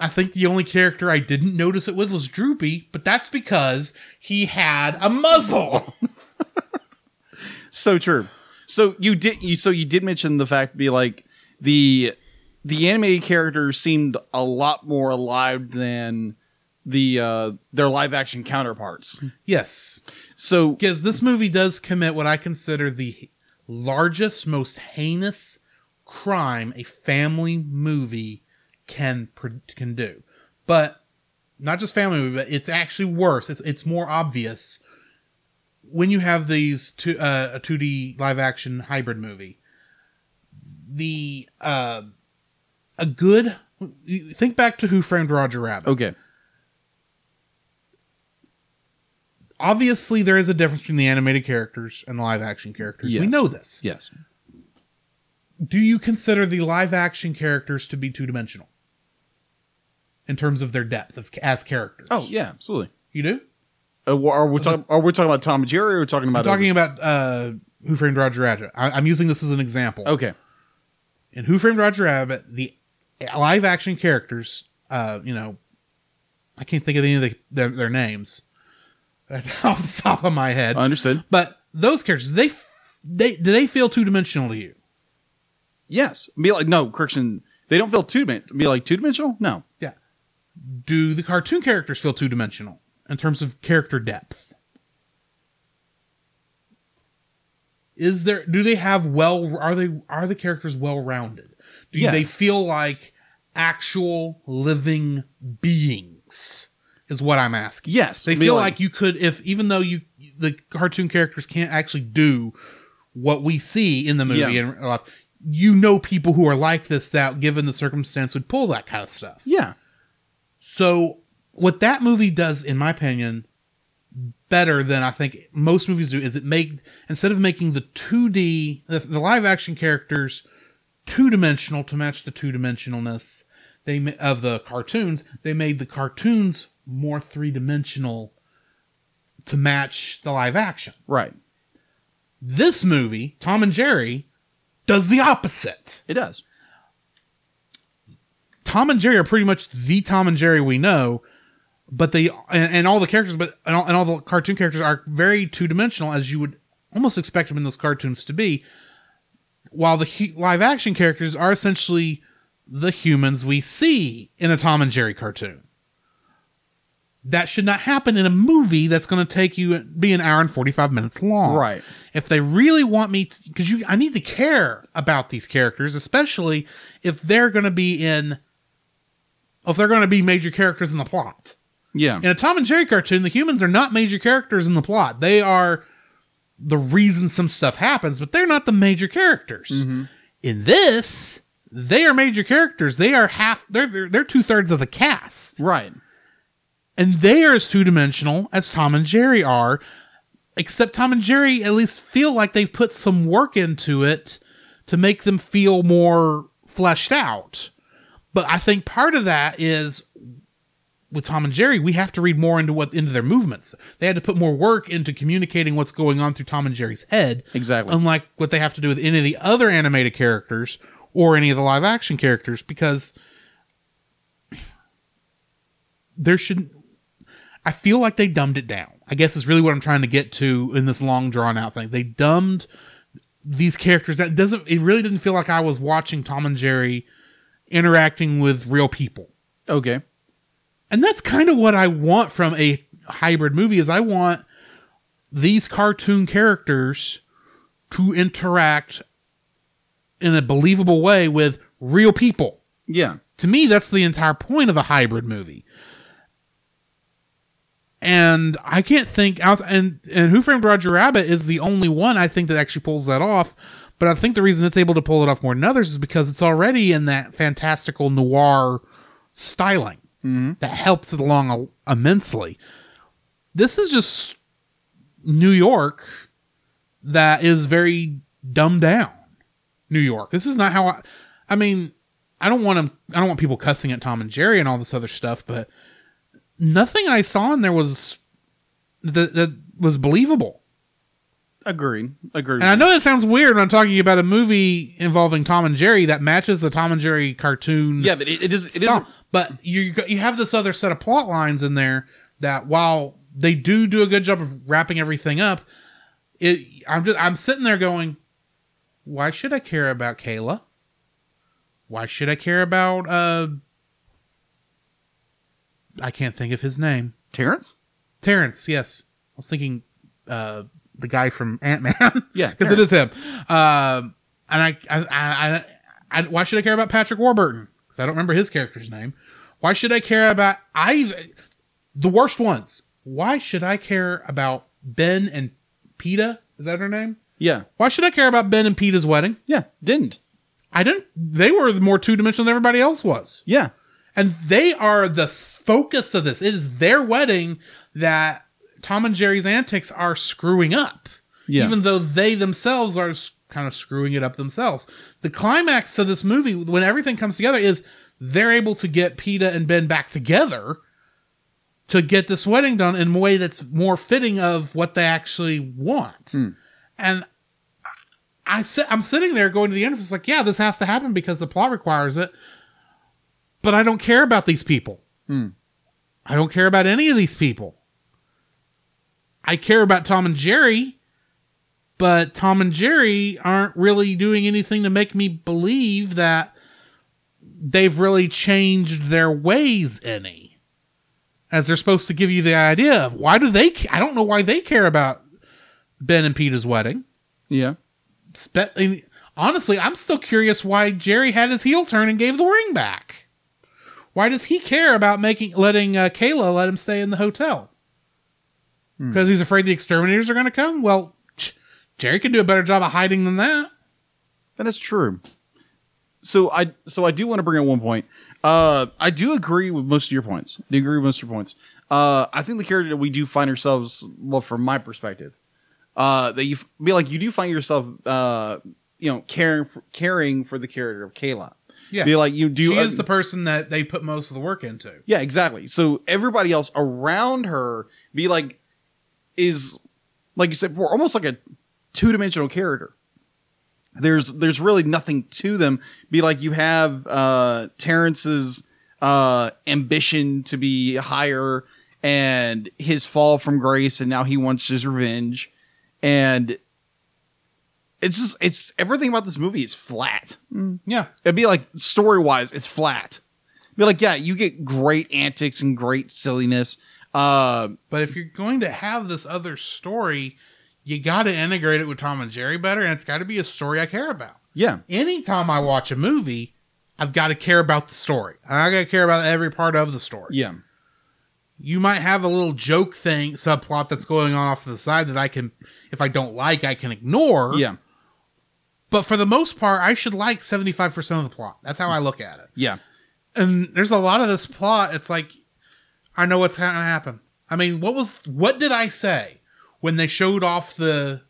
[SPEAKER 1] I think the only character I didn't notice it with was Droopy, but that's because he had a muzzle.
[SPEAKER 4] So true. So you did. You so you did mention the fact be like the the animated characters seemed a lot more alive than the uh their live action counterparts.
[SPEAKER 1] yes,
[SPEAKER 4] So
[SPEAKER 1] because this movie does commit what I consider the largest, most heinous crime a family movie can pr- can do. But not just family movie, but it's actually worse. It's it's more obvious when you have these two uh, a two D live action hybrid movie. The uh, a good think back to Who Framed Roger Rabbit.
[SPEAKER 4] okay.
[SPEAKER 1] Obviously, there is a difference between the animated characters and the live action characters. We
[SPEAKER 4] Yes.
[SPEAKER 1] know this.
[SPEAKER 4] Yes.
[SPEAKER 1] do you consider the live action characters to be two dimensional in terms of their depth of as characters?
[SPEAKER 4] Oh yeah. Absolutely.
[SPEAKER 1] you do.
[SPEAKER 4] Uh, wh- are we talking? Are we talking about Tom and Jerry? Or are we talking
[SPEAKER 1] I'm
[SPEAKER 4] about
[SPEAKER 1] talking about uh, Who Framed Roger Rabbit. I, I'm using this as an example.
[SPEAKER 4] Okay.
[SPEAKER 1] In Who Framed Roger Rabbit, the live action characters, uh, you know, I can't think of any of the, their, their names off the top of my head,
[SPEAKER 4] Understood.
[SPEAKER 1] but those characters they f- they do they feel two dimensional to you?
[SPEAKER 4] Yes. Be like no, correction. They don't feel two dimensional. Be like two dimensional. No.
[SPEAKER 1] Do the cartoon characters feel two dimensional in terms of character depth? is there do they have well are they are the characters well rounded do
[SPEAKER 4] Yeah.
[SPEAKER 1] they feel like actual living beings is what i'm asking
[SPEAKER 4] Yes,
[SPEAKER 1] they
[SPEAKER 4] I mean,
[SPEAKER 1] feel
[SPEAKER 4] like-
[SPEAKER 1] like, you could if even though you the cartoon characters can't actually do what we see in the movie
[SPEAKER 4] Yeah.
[SPEAKER 1] and life you know people who are like this that given the circumstance would pull that kind of stuff
[SPEAKER 4] Yeah.
[SPEAKER 1] so what that movie does, in my opinion, better than I think most movies do is it make instead of making the 2D the, the live action characters two dimensional to match the two dimensionalness they ma- of the cartoons, they made the cartoons more three dimensional to match the live action.
[SPEAKER 4] Right.
[SPEAKER 1] This movie, Tom and Jerry, does the opposite.
[SPEAKER 4] It does.
[SPEAKER 1] Tom and Jerry are pretty much the Tom and Jerry we know, but they and, and all the characters, but and all, and all the cartoon characters are very two dimensional, as you would almost expect them in those cartoons to be. While the hu- live action characters are essentially the humans we see in a Tom and Jerry cartoon. That should not happen in a movie that's going to take you be an hour and forty five minutes long
[SPEAKER 4] Right.
[SPEAKER 1] if they really want me because you i need to care about these characters especially if they're going to be in if they're going to be major characters in the plot
[SPEAKER 4] Yeah.
[SPEAKER 1] in a tom and jerry cartoon the humans are not major characters in the plot they are the reason some stuff happens but they're not the major characters
[SPEAKER 4] Mhm.
[SPEAKER 1] in this they are major characters they are half they're they're, they're two-thirds of the cast
[SPEAKER 4] Right.
[SPEAKER 1] and they are as two dimensional as Tom and Jerry are, except Tom and Jerry at least feel like they've put some work into it to make them feel more fleshed out. But I think part of that is with Tom and Jerry, we have to read more into what into their movements. They had to put more work into communicating what's going on through Tom and Jerry's head,
[SPEAKER 4] Exactly.
[SPEAKER 1] unlike what they have to do with any of the other animated characters or any of the live action characters because there shouldn't I feel like they dumbed it down. I guess is really what I'm trying to get to in this long drawn out thing. They dumbed these characters that doesn't it really didn't feel like I was watching Tom and Jerry interacting with real people.
[SPEAKER 4] okay.
[SPEAKER 1] And that's kind of what I want from a hybrid movie is I want these cartoon characters to interact in a believable way with real people
[SPEAKER 4] Yeah.
[SPEAKER 1] to me that's the entire point of a hybrid movie and i can't think out and and who framed roger rabbit is the only one i think that actually pulls that off but i think the reason it's able to pull it off more than others is because it's already in that fantastical noir styling
[SPEAKER 4] Mhm.
[SPEAKER 1] that helps it along a- immensely this is just new york that is very dumbed down new york this is not how i i mean I don't want 'em- I don't want people cussing at Tom and Jerry and all this other stuff, but nothing I saw in there was that, that was believable.
[SPEAKER 4] Agreed. Agreed.
[SPEAKER 1] And I know that sounds weird when I'm talking about a movie involving Tom and Jerry that matches the Tom and Jerry cartoon.
[SPEAKER 4] Yeah, but it, it is. It is.
[SPEAKER 1] style. But you you have this other set of plot lines in there that while they do do a good job of wrapping everything up, it I'm just I'm sitting there going, why should I care about Kayla? Why should I care about uh? I can't think of his name.
[SPEAKER 4] Terrence.
[SPEAKER 1] Terrence. Yes, I was thinking uh the guy from Ant Man.
[SPEAKER 4] Yeah,
[SPEAKER 1] because it is him. Um, and I, I, I, I, I, why should I care about Patrick Warburton? Because I don't remember his character's name. Why should I care about either the worst ones? Why should I care about Ben and Peta? Is that her name?
[SPEAKER 4] Yeah.
[SPEAKER 1] Why should I care about Ben and Peta's wedding?
[SPEAKER 4] Yeah. Didn't.
[SPEAKER 1] I didn't. They were more two dimensional than everybody else was
[SPEAKER 4] Yeah.
[SPEAKER 1] and they are the focus of this. It is their wedding that Tom and Jerry's antics are screwing up,
[SPEAKER 4] Yeah.
[SPEAKER 1] even though they themselves are s- kind of screwing it up themselves. The climax of this movie, when everything comes together, is they're able to get PETA and Ben back together to get this wedding done in a way that's more fitting of what they actually want.
[SPEAKER 4] Hmm.
[SPEAKER 1] And I sit, I'm sitting there going to the end of it's like, yeah, this has to happen because the plot requires it but I don't care about these people.
[SPEAKER 4] Hmm.
[SPEAKER 1] I don't care about any of these people. I care about Tom and Jerry, but Tom and Jerry aren't really doing anything to make me believe that they've really changed their ways any. As they're supposed to give you the idea of why do they? ca- I don't know why they care about Ben and Peter's wedding.
[SPEAKER 4] Yeah.
[SPEAKER 1] Spe- I mean, honestly, I'm still curious why Jerry had his heel turn and gave the ring back. Why does he care about making letting uh, Kayla let him stay in the hotel?
[SPEAKER 4] Hmm.
[SPEAKER 1] Because he's afraid the exterminators are going to come. Well, tch, Jerry could do a better job of hiding than that.
[SPEAKER 4] That is true. So I so I do want to bring up one point. Uh, I do agree with most of your points. Do agree with most of your points. Uh, I think the character that we do find ourselves, well, from my perspective, uh, that you f- be like you do find yourself, uh, you know, caring for, caring for the character of Kayla.
[SPEAKER 1] Yeah.
[SPEAKER 4] be like you do.
[SPEAKER 1] she is the person that they put most of the work into.
[SPEAKER 4] Yeah, exactly. So everybody else around her be like is like you said, we're almost like a two dimensional character. There's there's really nothing to them. Be like you have uh, Terrence's uh, ambition to be higher and his fall from grace, and now he wants his revenge, and it's just it's everything about this movie is flat.
[SPEAKER 1] Yeah.
[SPEAKER 4] It'd be like story wise, it's flat. It'd be like yeah, you get great antics and great silliness. Uh,
[SPEAKER 1] But if you're going to have this other story, you got to integrate it with Tom and Jerry better, and it's got to be a story I care about.
[SPEAKER 4] yeah,
[SPEAKER 1] Anytime I watch a movie, I've got to care about the story. And I got to care about every part of the story.
[SPEAKER 4] yeah.
[SPEAKER 1] You might have a little joke thing, subplot that's going on off to the side that I can, if I don't like, I can ignore.
[SPEAKER 4] Yeah,
[SPEAKER 1] But for the most part, I should like 75% of the plot. That's how I look at it.
[SPEAKER 4] yeah,
[SPEAKER 1] and there's a lot of this plot it's like i know what's gonna happen i mean what was what did i say when they showed off the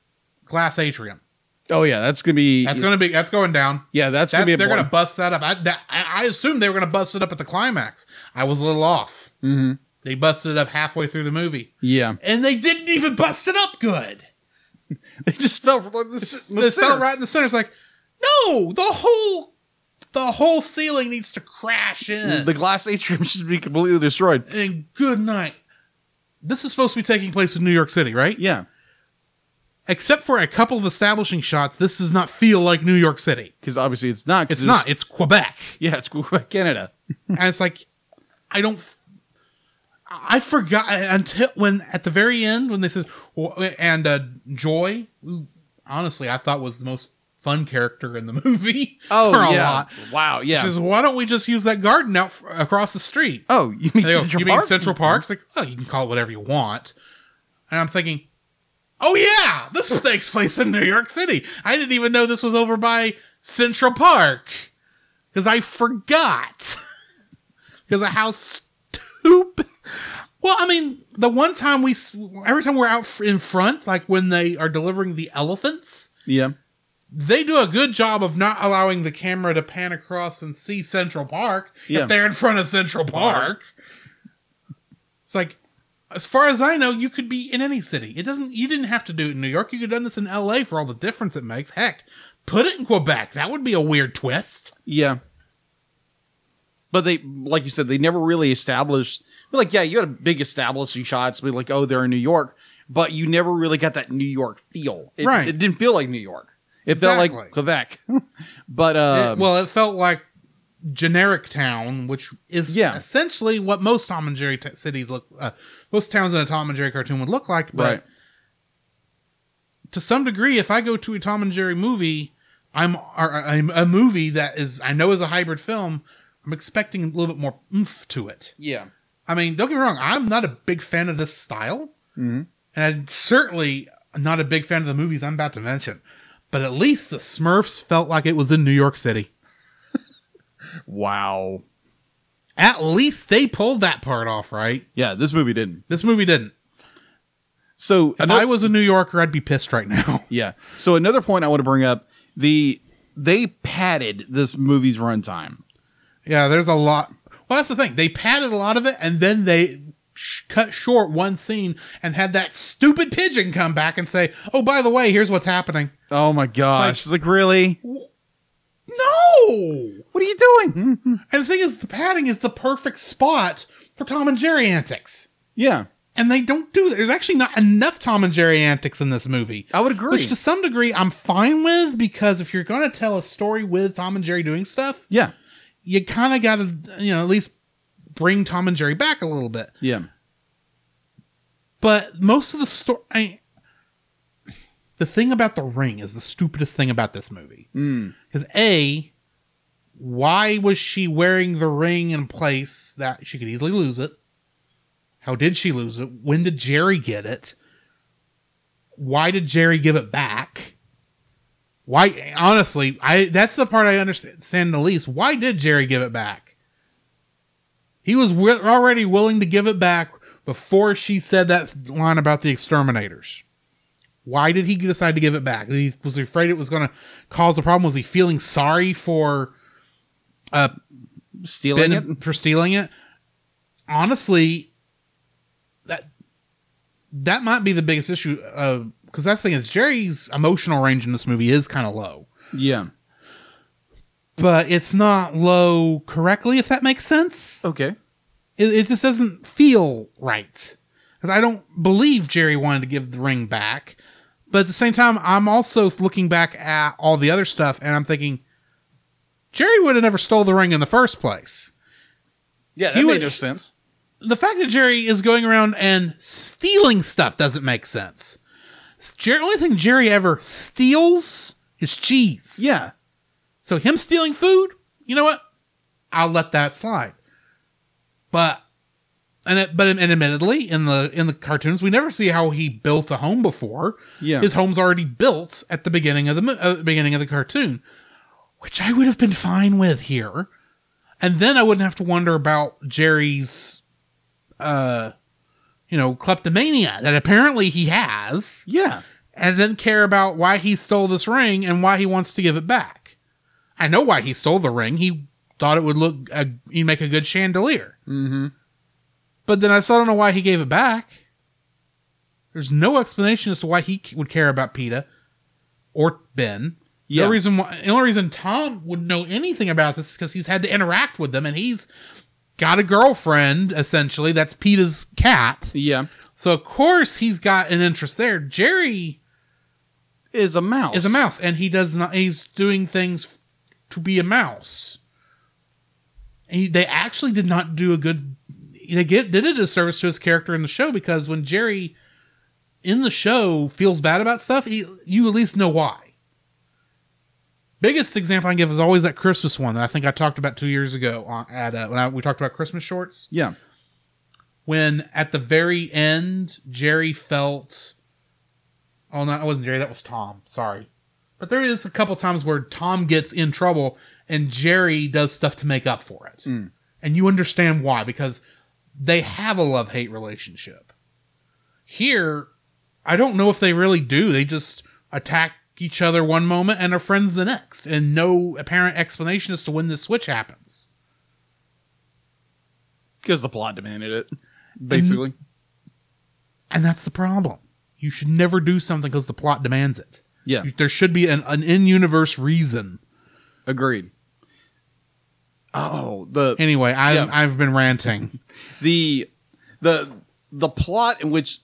[SPEAKER 1] glass atrium
[SPEAKER 4] oh yeah. That's gonna be
[SPEAKER 1] that's gonna be that's going down
[SPEAKER 4] yeah. That's,
[SPEAKER 1] that's,
[SPEAKER 4] gonna be a
[SPEAKER 1] they're
[SPEAKER 4] blow.
[SPEAKER 1] gonna bust that up I, that, I I assumed they were gonna bust it up at the climax i was a little off
[SPEAKER 4] Mhm.
[SPEAKER 1] they busted it up halfway through the movie
[SPEAKER 4] Yeah,
[SPEAKER 1] and they didn't even bust it up good
[SPEAKER 4] it just fell from the, s- the
[SPEAKER 1] this fell
[SPEAKER 4] center.
[SPEAKER 1] right in the center it's like no the whole the whole ceiling needs to crash in
[SPEAKER 4] The glass atrium should be completely destroyed.
[SPEAKER 1] and good night. This is supposed to be taking place in New York City, right?
[SPEAKER 4] Yeah,
[SPEAKER 1] Except for a couple of establishing shots, this does not feel like New York City.
[SPEAKER 4] because obviously it's not. 'cause
[SPEAKER 1] It's not. It's Quebec,
[SPEAKER 4] Yeah, it's Quebec, Canada.
[SPEAKER 1] and it's like I don't. I forgot until when at the very end when they says and uh, Joy, who honestly I thought was the most fun character in the movie. for a lot.
[SPEAKER 4] Wow. Oh, Yeah.
[SPEAKER 1] Says, why don't we just use that garden out f- across the street?
[SPEAKER 4] oh, you
[SPEAKER 1] And
[SPEAKER 4] mean
[SPEAKER 1] they go,
[SPEAKER 4] Central
[SPEAKER 1] you mean
[SPEAKER 4] Park? Mm-hmm.
[SPEAKER 1] Central Park? It's like, well, you can call it whatever you want. And I'm thinking, oh yeah, this takes place in New York City. I didn't even know this was over by Central Park because I forgot because of how stupid. Well, I mean, the one time we, s- every time we're out f- in front, like when they are delivering the elephants,
[SPEAKER 4] Yeah.
[SPEAKER 1] they do a good job of not allowing the camera to pan across and see Central Park
[SPEAKER 4] Yeah.
[SPEAKER 1] if they're in front of Central Park. It's like, as far as I know, you could be in any city. It doesn't. You didn't have to do it in New York. You could have done this in L.A. for all the difference it makes. Heck, put it in Quebec. That would be a weird twist.
[SPEAKER 4] Yeah. But they, like you said, they never really established. but, Like, yeah, you had a big establishing shots, but like, oh, they're in New York, but you never really got that New York feel. It,
[SPEAKER 1] Right.
[SPEAKER 4] It didn't feel like New York. It felt
[SPEAKER 1] Exactly.
[SPEAKER 4] like Quebec. but uh,
[SPEAKER 1] It- well, it felt like generic town, which is
[SPEAKER 4] Yeah.
[SPEAKER 1] essentially what most Tom and Jerry t- cities look. Uh, most towns in a Tom and Jerry cartoon would look like, but
[SPEAKER 4] right.
[SPEAKER 1] to some degree, if I go to a Tom and Jerry movie, I'm or, uh, I'm a movie that is I know is a hybrid film. I'm expecting a little bit more oomph to it.
[SPEAKER 4] Yeah.
[SPEAKER 1] I mean, don't get me wrong, I'm not a big fan of this style,
[SPEAKER 4] Mhm.
[SPEAKER 1] and I'm certainly not a big fan of the movies I'm about to mention. But at least the Smurfs felt like it was in New York City.
[SPEAKER 4] Wow.
[SPEAKER 1] At least they pulled that part off, right?
[SPEAKER 4] Yeah, this movie didn't.
[SPEAKER 1] This movie didn't.
[SPEAKER 4] So
[SPEAKER 1] If I was a New Yorker, I'd be pissed right now.
[SPEAKER 4] Yeah. So another point I want to bring up the they padded this movie's runtime.
[SPEAKER 1] Yeah, there's a lot. Well, that's the thing. They padded a lot of it, and then they sh- cut short one scene and had that stupid pigeon come back and say, "Oh, by the way, here's what's happening."
[SPEAKER 4] Oh my gosh!
[SPEAKER 1] It's
[SPEAKER 4] It's like, really?
[SPEAKER 1] No.
[SPEAKER 4] What are you doing?
[SPEAKER 1] And the thing is, the padding is the perfect spot for Tom and Jerry antics,
[SPEAKER 4] yeah,
[SPEAKER 1] and they don't do that. There's actually not enough Tom and Jerry antics in this movie.
[SPEAKER 4] I would agree.
[SPEAKER 1] Which, to some degree, I'm fine with because if you're going to tell a story with Tom and Jerry doing stuff,
[SPEAKER 4] yeah,
[SPEAKER 1] you kind of got to, you know, at least bring Tom and Jerry back a little bit.
[SPEAKER 4] yeah,
[SPEAKER 1] But most of the story, I, the thing about the ring is the stupidest thing about this movie.
[SPEAKER 4] mm.
[SPEAKER 1] Because a, why was she wearing the ring in a place that she could easily lose it? How did she lose it? When did Jerry get it? Why did Jerry give it back? Why? Honestly, I that's the part I understand the least. Why did Jerry give it back? He was wi- already willing to give it back before she said that line about the exterminators. Why did he decide to give it back? He was afraid it was going to cause a problem. Was he feeling sorry for
[SPEAKER 4] stealing
[SPEAKER 1] Ben- for stealing it? Honestly, that that might be the biggest issue of because that's the thing is Jerry's emotional range in this movie is kind of low,
[SPEAKER 4] Yeah.
[SPEAKER 1] but it's not low correctly, if that makes sense.
[SPEAKER 4] Okay.
[SPEAKER 1] It, it just doesn't feel right because I don't believe Jerry wanted to give the ring back, but at the same time, I'm also looking back at all the other stuff and I'm thinking Jerry would have never stole the ring in the first place.
[SPEAKER 4] Yeah,
[SPEAKER 1] He
[SPEAKER 4] that made
[SPEAKER 1] would-
[SPEAKER 4] no sense.
[SPEAKER 1] the fact that Jerry is going around and stealing stuff doesn't make sense. Jerry, only thing Jerry ever steals is cheese.
[SPEAKER 4] Yeah.
[SPEAKER 1] So him stealing food, you know what? I'll let that slide. But and it, but and admittedly, in the in the cartoons, we never see how he built a home before.
[SPEAKER 4] Yeah.
[SPEAKER 1] His home's already built at the beginning of the mo- uh, beginning of the cartoon, which I would have been fine with here, and then I wouldn't have to wonder about Jerry's, uh, you know, kleptomania that apparently he has,
[SPEAKER 4] yeah.
[SPEAKER 1] and then care about why he stole this ring and why he wants to give it back. I know why he stole the ring. He thought it would look, uh, he'd make a good chandelier,
[SPEAKER 4] Mm-hmm.
[SPEAKER 1] but then I still don't know why he gave it back. There's no explanation as to why he c- would care about Peta or Ben.
[SPEAKER 4] Yeah.
[SPEAKER 1] The reason why, the only reason Tom would know anything about this is because he's had to interact with them, and he's got a girlfriend essentially. That's Peta's cat,
[SPEAKER 4] yeah.
[SPEAKER 1] so of course he's got an interest there. Jerry
[SPEAKER 4] Is a mouse.
[SPEAKER 1] is a mouse, and he does not. He's doing things to be a mouse. He, they actually did not do a good. They get did a disservice to his character in the show because when Jerry in the show feels bad about stuff, he, you at least know why. Biggest example I can give is always that Christmas one that I think I talked about two years ago on, at uh, when I, we talked about Christmas shorts
[SPEAKER 4] Yeah.
[SPEAKER 1] when at the very end Jerry felt oh no, that wasn't Jerry, that was Tom. Sorry. But there is a couple times where Tom gets in trouble and Jerry does stuff to make up for it.
[SPEAKER 4] Mm.
[SPEAKER 1] And you understand why, because they have a love hate relationship. Here, I don't know if they really do. They just attack each other one moment and are friends the next, and no apparent explanation as to when this switch happens.
[SPEAKER 4] Because the plot demanded it, basically.
[SPEAKER 1] And that's the problem. You should never do something because the plot demands it.
[SPEAKER 4] Yeah.
[SPEAKER 1] You- There should be an, an in universe reason.
[SPEAKER 4] Agreed. Oh, the
[SPEAKER 1] Anyway, I,
[SPEAKER 4] Yeah.
[SPEAKER 1] I've been ranting.
[SPEAKER 4] the the the plot in which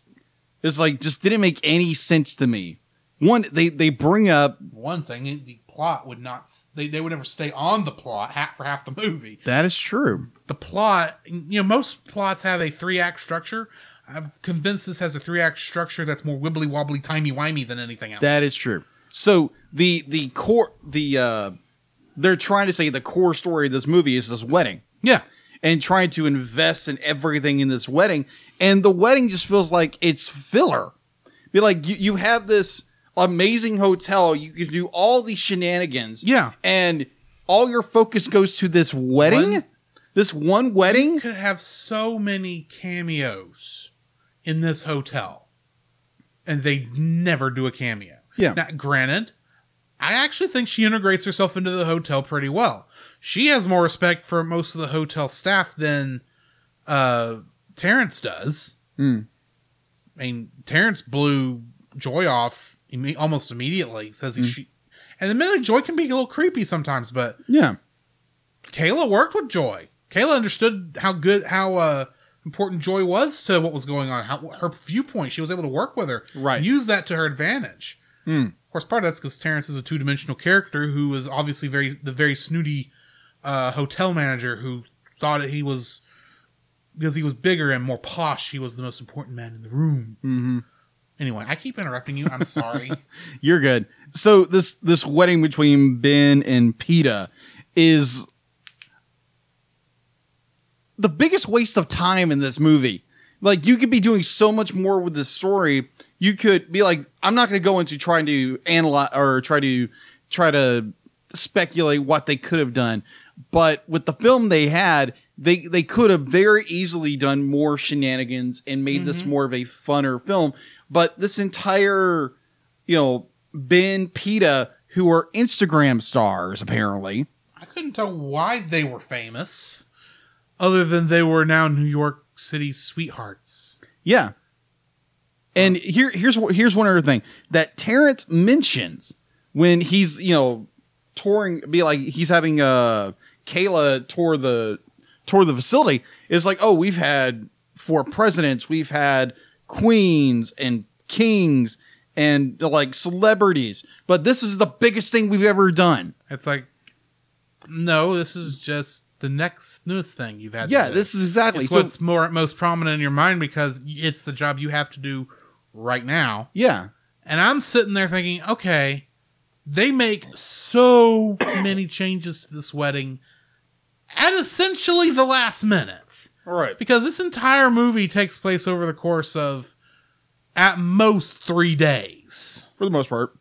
[SPEAKER 4] is like just didn't make any sense to me. One, they they bring up
[SPEAKER 1] One thing, the plot would not, they, they would never stay on the plot half, for half the movie.
[SPEAKER 4] that is true.
[SPEAKER 1] The plot, you know, most plots have a three act structure. I'm convinced this has a three act structure that's more wibbly wobbly, timey wimey than anything else.
[SPEAKER 4] That is true. So the the core the uh they're trying to say the core story of this movie is this wedding
[SPEAKER 1] Yeah.
[SPEAKER 4] and trying to invest in everything in this wedding and the wedding just feels like it's filler. Be like you, you have this amazing hotel, you can do all these shenanigans.
[SPEAKER 1] Yeah.
[SPEAKER 4] and all your focus goes to this wedding,
[SPEAKER 1] One-
[SPEAKER 4] this one wedding.
[SPEAKER 1] could have so many cameos in this hotel, and they never do a cameo.
[SPEAKER 4] Yeah.
[SPEAKER 1] Now, granted, I actually think she integrates herself into the hotel pretty well. She has more respect for most of the hotel staff than uh, Terrence does.
[SPEAKER 4] Hmm.
[SPEAKER 1] I mean, Terrence blew Joy off imme- almost immediately. Says
[SPEAKER 4] Hmm.
[SPEAKER 1] he, she, and the minute Joy can be a little creepy sometimes, but
[SPEAKER 4] Yeah,
[SPEAKER 1] Kayla worked with Joy. Kayla understood how good, how uh, important Joy was to what was going on. How her viewpoint, she was able to work with her,
[SPEAKER 4] Right.
[SPEAKER 1] Use that to her advantage.
[SPEAKER 4] Hmm.
[SPEAKER 1] Of course, part of that's because Terrence is a two-dimensional character who is obviously very the very snooty uh, hotel manager who thought that he was because he was bigger and more posh, he was the most important man in the room.
[SPEAKER 4] mm-hmm.
[SPEAKER 1] Anyway, I keep interrupting you. I'm sorry.
[SPEAKER 4] you're good. So this this wedding between Ben and Peta is the biggest waste of time in this movie. Like you could be doing so much more with this story. You could be like, I'm not going to go into trying to analyze or try to try to speculate what they could have done. But with the film they had, they they could have very easily done more shenanigans and made this more of a funner film. But this entire, you know, Ben Peta, who are Instagram stars apparently.
[SPEAKER 1] I couldn't tell why they were famous, other than they were now New York City sweethearts.
[SPEAKER 4] Yeah,
[SPEAKER 1] So
[SPEAKER 4] And here, here's wh- here's one other thing that Terrence mentions when he's you know touring, be like he's having uh Kayla tour the tour the facility is like, oh, we've had four presidents, we've had queens and kings and like celebrities, but this is the biggest thing we've ever done.
[SPEAKER 1] It's like, no, this is just the next newest thing you've had. to
[SPEAKER 4] Yeah,
[SPEAKER 1] do.
[SPEAKER 4] this is exactly
[SPEAKER 1] it's
[SPEAKER 4] so.
[SPEAKER 1] what's more most prominent in your mind because it's the job you have to do right now.
[SPEAKER 4] yeah,
[SPEAKER 1] And I'm sitting there thinking, okay, they make so many changes to this wedding at essentially the last minutes
[SPEAKER 4] right.
[SPEAKER 1] because this entire movie takes place over the course of at most three days.
[SPEAKER 4] For the most part,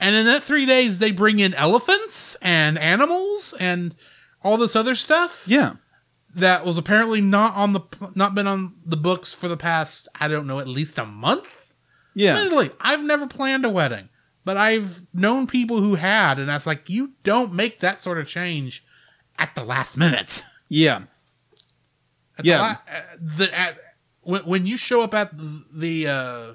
[SPEAKER 1] And in that three days, they bring in elephants and animals and all this other stuff
[SPEAKER 4] yeah.
[SPEAKER 1] that was apparently not on the not been on the books for the past I don't know at least a month.
[SPEAKER 4] Yeah.
[SPEAKER 1] Admittedly, I've never planned a wedding, but I've known people who had, and I was like, you don't make that sort of change at the last minute.
[SPEAKER 4] Yeah.
[SPEAKER 1] At the
[SPEAKER 4] Yeah.
[SPEAKER 1] la- uh, the- at- when, when you show up at the the, uh,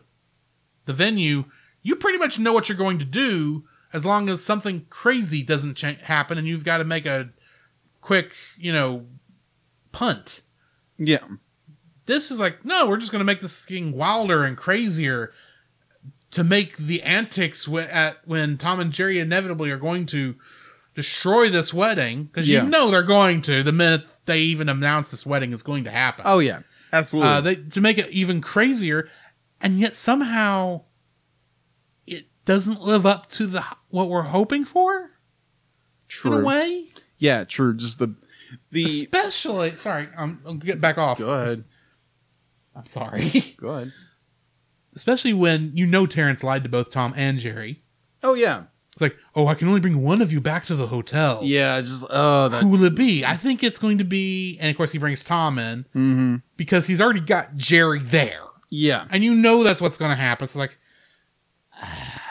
[SPEAKER 1] the venue, you pretty much know what you're going to do as long as something crazy doesn't cha- happen and you've got to make a quick, you know, punt.
[SPEAKER 4] Yeah.
[SPEAKER 1] This is like, no, we're just going to make this thing wilder and crazier to make the antics wh- at when Tom and Jerry inevitably are going to destroy this wedding because
[SPEAKER 4] Yeah.
[SPEAKER 1] you know they're going to the minute they even announce this wedding is going to happen.
[SPEAKER 4] Oh yeah. Absolutely.
[SPEAKER 1] Uh, they, to make it even crazier, and yet somehow it doesn't live up to the what we're hoping for. In a
[SPEAKER 4] true.
[SPEAKER 1] way,
[SPEAKER 4] Yeah, true. Just the the
[SPEAKER 1] especially sorry, I'm, I'll get back off.
[SPEAKER 4] Go ahead.
[SPEAKER 1] I'm sorry.
[SPEAKER 4] Go ahead.
[SPEAKER 1] especially when you know Terrence lied to both Tom and Jerry.
[SPEAKER 4] Oh yeah.
[SPEAKER 1] It's like, oh, I can only bring one of you back to the hotel.
[SPEAKER 4] Yeah, just oh that
[SPEAKER 1] Who will it be? I think it's going to be, and of course he brings Tom in
[SPEAKER 4] mm-hmm.
[SPEAKER 1] because he's already got Jerry there.
[SPEAKER 4] Yeah.
[SPEAKER 1] and you know that's what's going to happen. So like,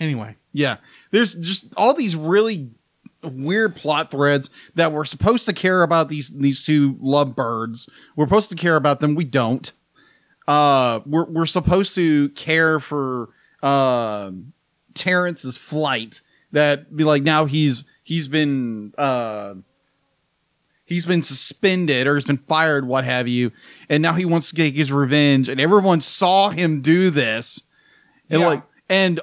[SPEAKER 1] anyway,
[SPEAKER 4] Yeah. There's just all these really weird plot threads that we're supposed to care about these these two lovebirds. We're supposed to care about them. We don't. Uh we're we're supposed to care for um Terrence's flight that be like now he's he's been uh he's been suspended or he's been fired what have you and now he wants to get his revenge and everyone saw him do this and
[SPEAKER 1] Yeah.
[SPEAKER 4] like and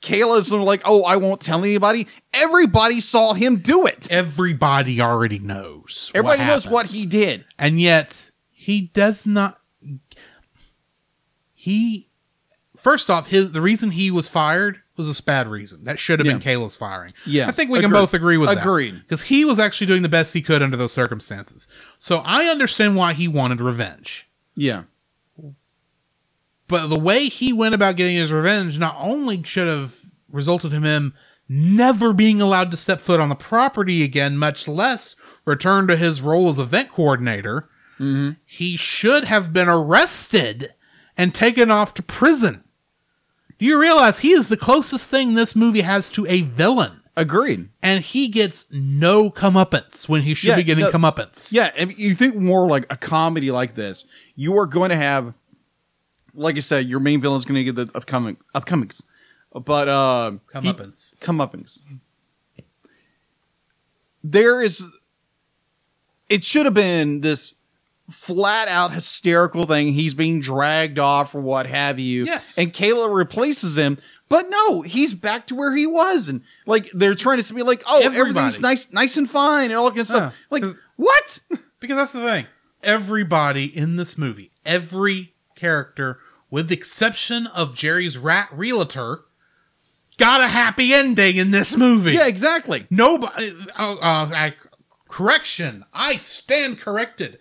[SPEAKER 4] Kayla's like, oh, I won't tell anybody. Everybody saw him do it.
[SPEAKER 1] everybody already knows. what
[SPEAKER 4] Everybody knows
[SPEAKER 1] happened.
[SPEAKER 4] what he did.
[SPEAKER 1] and yet he does not. He, first off, his the reason he was fired was a bad reason. That should have been Kayla's firing.
[SPEAKER 4] Yeah.
[SPEAKER 1] I think we can
[SPEAKER 4] Agreed.
[SPEAKER 1] both agree with that.
[SPEAKER 4] Agreed.
[SPEAKER 1] because he was actually doing the best he could under those circumstances. So I understand why he wanted revenge.
[SPEAKER 4] Yeah.
[SPEAKER 1] But the way he went about getting his revenge not only should have resulted in him never being allowed to step foot on the property again, much less return to his role as event coordinator,
[SPEAKER 4] Mm-hmm.
[SPEAKER 1] he should have been arrested and taken off to prison. Do you realize he is the closest thing this movie has to a villain?
[SPEAKER 4] Agreed.
[SPEAKER 1] And he gets no comeuppance when he should
[SPEAKER 4] Yeah,
[SPEAKER 1] be getting
[SPEAKER 4] no-
[SPEAKER 1] comeuppance.
[SPEAKER 4] Yeah. If you think more like a comedy like this, you are going to have, like I said, your main villain's going to get the upcoming upcomings, but uh, he-
[SPEAKER 1] comeuppance.
[SPEAKER 4] comeuppance. There is. It should have been this flat out hysterical thing. He's being dragged off or what have you.
[SPEAKER 1] Yes.
[SPEAKER 4] And Kayla replaces him. But no, he's back to where he was, and like they're trying to be like, oh,
[SPEAKER 1] Everybody.
[SPEAKER 4] everything's nice, nice and fine, and all that kind of stuff.
[SPEAKER 1] Yeah,
[SPEAKER 4] like
[SPEAKER 1] 'cause-
[SPEAKER 4] what?
[SPEAKER 1] Because that's the thing. Everybody in this movie, every character, with the exception of Jerry's rat realtor, got a happy ending in this movie.
[SPEAKER 4] yeah, exactly.
[SPEAKER 1] Nobody. Uh, uh, I, correction. I stand corrected.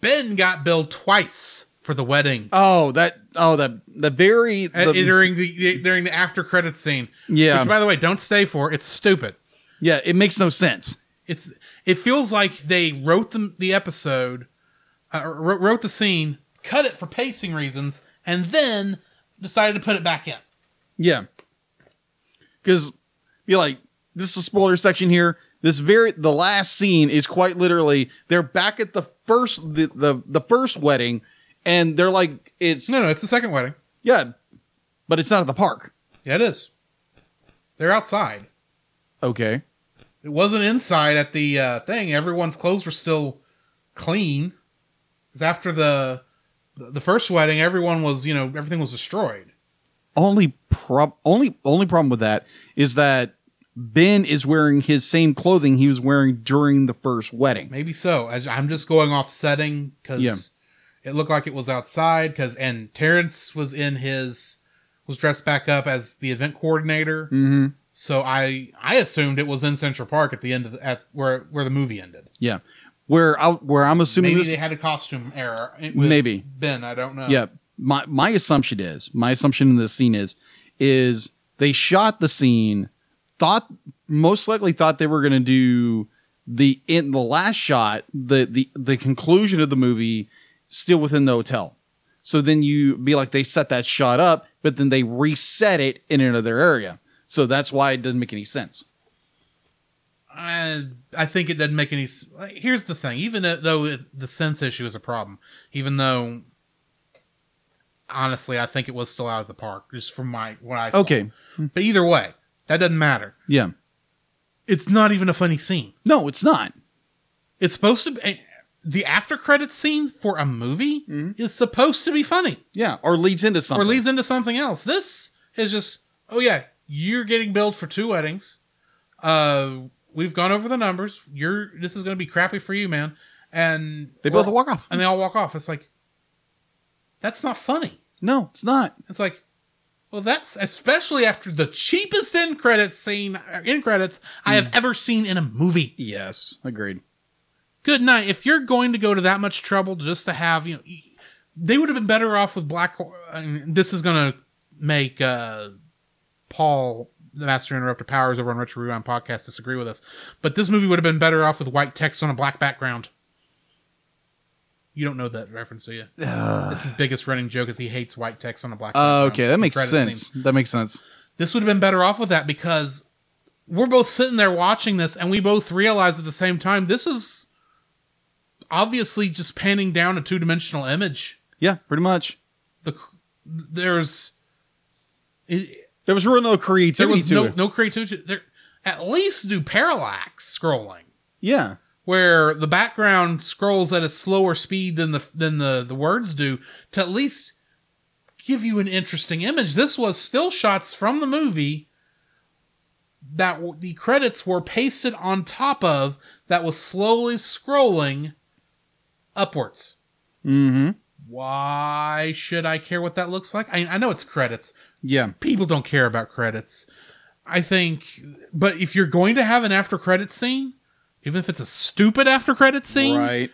[SPEAKER 1] Ben got billed twice for the wedding
[SPEAKER 4] Oh, that. Oh, the the very.
[SPEAKER 1] uh,
[SPEAKER 4] the-
[SPEAKER 1] during the, the during the after credit scene.
[SPEAKER 4] Yeah.
[SPEAKER 1] Which, by the way, don't stay for. It's stupid.
[SPEAKER 4] yeah, it makes no sense.
[SPEAKER 1] it's it feels like they wrote the, the episode uh, or wrote, wrote the scene cut it for pacing reasons and then decided to put it back in
[SPEAKER 4] Yeah. Because be like, this is a spoiler section here. This very the last scene is quite literally they're back at the first the, the the first wedding, and they're like It's
[SPEAKER 1] No, no, it's the second wedding.
[SPEAKER 4] yeah, but it's not at the park.
[SPEAKER 1] Yeah, it is. They're outside.
[SPEAKER 4] Okay.
[SPEAKER 1] It wasn't inside at the uh, thing. Everyone's clothes were still clean. 'Cause after the the first wedding, everyone was you know everything was destroyed.
[SPEAKER 4] Only prob only only problem with that is that Ben is wearing his same clothing he was wearing during the first wedding.
[SPEAKER 1] Maybe so. As I'm just going off setting because
[SPEAKER 4] Yeah.
[SPEAKER 1] it looked like it was outside. Because and Terrence was in his was dressed back up as the event coordinator.
[SPEAKER 4] Mm-hmm.
[SPEAKER 1] So I I assumed it was in Central Park at the end of the, at where where the movie ended.
[SPEAKER 4] Yeah. Where I where I'm assuming
[SPEAKER 1] Maybe
[SPEAKER 4] this,
[SPEAKER 1] they had a costume error. with
[SPEAKER 4] Maybe.
[SPEAKER 1] Ben. I don't know.
[SPEAKER 4] yeah my my assumption is my assumption in this scene is is they shot the scene thought most likely thought they were going to do the in the last shot the the the conclusion of the movie still within the hotel so then you be like they set that shot up but then they reset it in another area so that's why it doesn't make any sense
[SPEAKER 1] I I think it doesn't make any. s- Like, here's the thing. Even though- though it, the sense issue is a problem, even though honestly I think it was still out of the park, just from my what I saw.
[SPEAKER 4] okay
[SPEAKER 1] But either way, that doesn't matter.
[SPEAKER 4] yeah
[SPEAKER 1] It's not even a funny scene.
[SPEAKER 4] no it's not
[SPEAKER 1] It's supposed to be the after credit scene for a movie
[SPEAKER 4] Mhm.
[SPEAKER 1] is supposed to be funny
[SPEAKER 4] yeah or leads into something
[SPEAKER 1] Mm-hmm. or leads into something else. This is just oh yeah, you're getting billed for two weddings. Uh, we've gone over the numbers. You're this is going to be crappy for you, man. And
[SPEAKER 4] they both
[SPEAKER 1] we're-
[SPEAKER 4] walk off
[SPEAKER 1] and they all walk off. It's like that's not funny.
[SPEAKER 4] no it's not
[SPEAKER 1] It's like well, that's especially after the cheapest end credits scene uh, end credits I
[SPEAKER 4] Hmm.
[SPEAKER 1] have ever seen in a movie.
[SPEAKER 4] yes agreed
[SPEAKER 1] Good night. If you're going to go to that much trouble just to have you know, y- they would have been better off with Black. Hor- I mean, this is gonna make uh, Paul. The Master Interrupter Powers over on Retro Rewind podcast disagree with us, but this movie would have been better off with white text on a black background. You don't know that reference, do you? That's his biggest running joke is he hates white text on a black.
[SPEAKER 4] Oh,
[SPEAKER 1] background
[SPEAKER 4] okay, that
[SPEAKER 1] in
[SPEAKER 4] makes
[SPEAKER 1] credit
[SPEAKER 4] sense.
[SPEAKER 1] scenes.
[SPEAKER 4] That makes sense.
[SPEAKER 1] This would have been better off with that because we're both sitting there watching this, and we both realize at the same time this is obviously just panning down a two-dimensional image.
[SPEAKER 4] Yeah, pretty much.
[SPEAKER 1] The there's it,
[SPEAKER 4] There was really no creativity
[SPEAKER 1] there was
[SPEAKER 4] to
[SPEAKER 1] no
[SPEAKER 4] it.
[SPEAKER 1] no creativity. There, at least do parallax scrolling.
[SPEAKER 4] Yeah,
[SPEAKER 1] where the background scrolls at a slower speed than the than the the words do to at least give you an interesting image. This was still shots from the movie that w- the credits were pasted on top of that was slowly scrolling upwards.
[SPEAKER 4] mm-hmm.
[SPEAKER 1] Why should I care what that looks like? I, I know it's credits.
[SPEAKER 4] yeah,
[SPEAKER 1] People don't care about credits. I think, but if you're going to have an after credit scene, even if it's a stupid after credit scene,
[SPEAKER 4] right.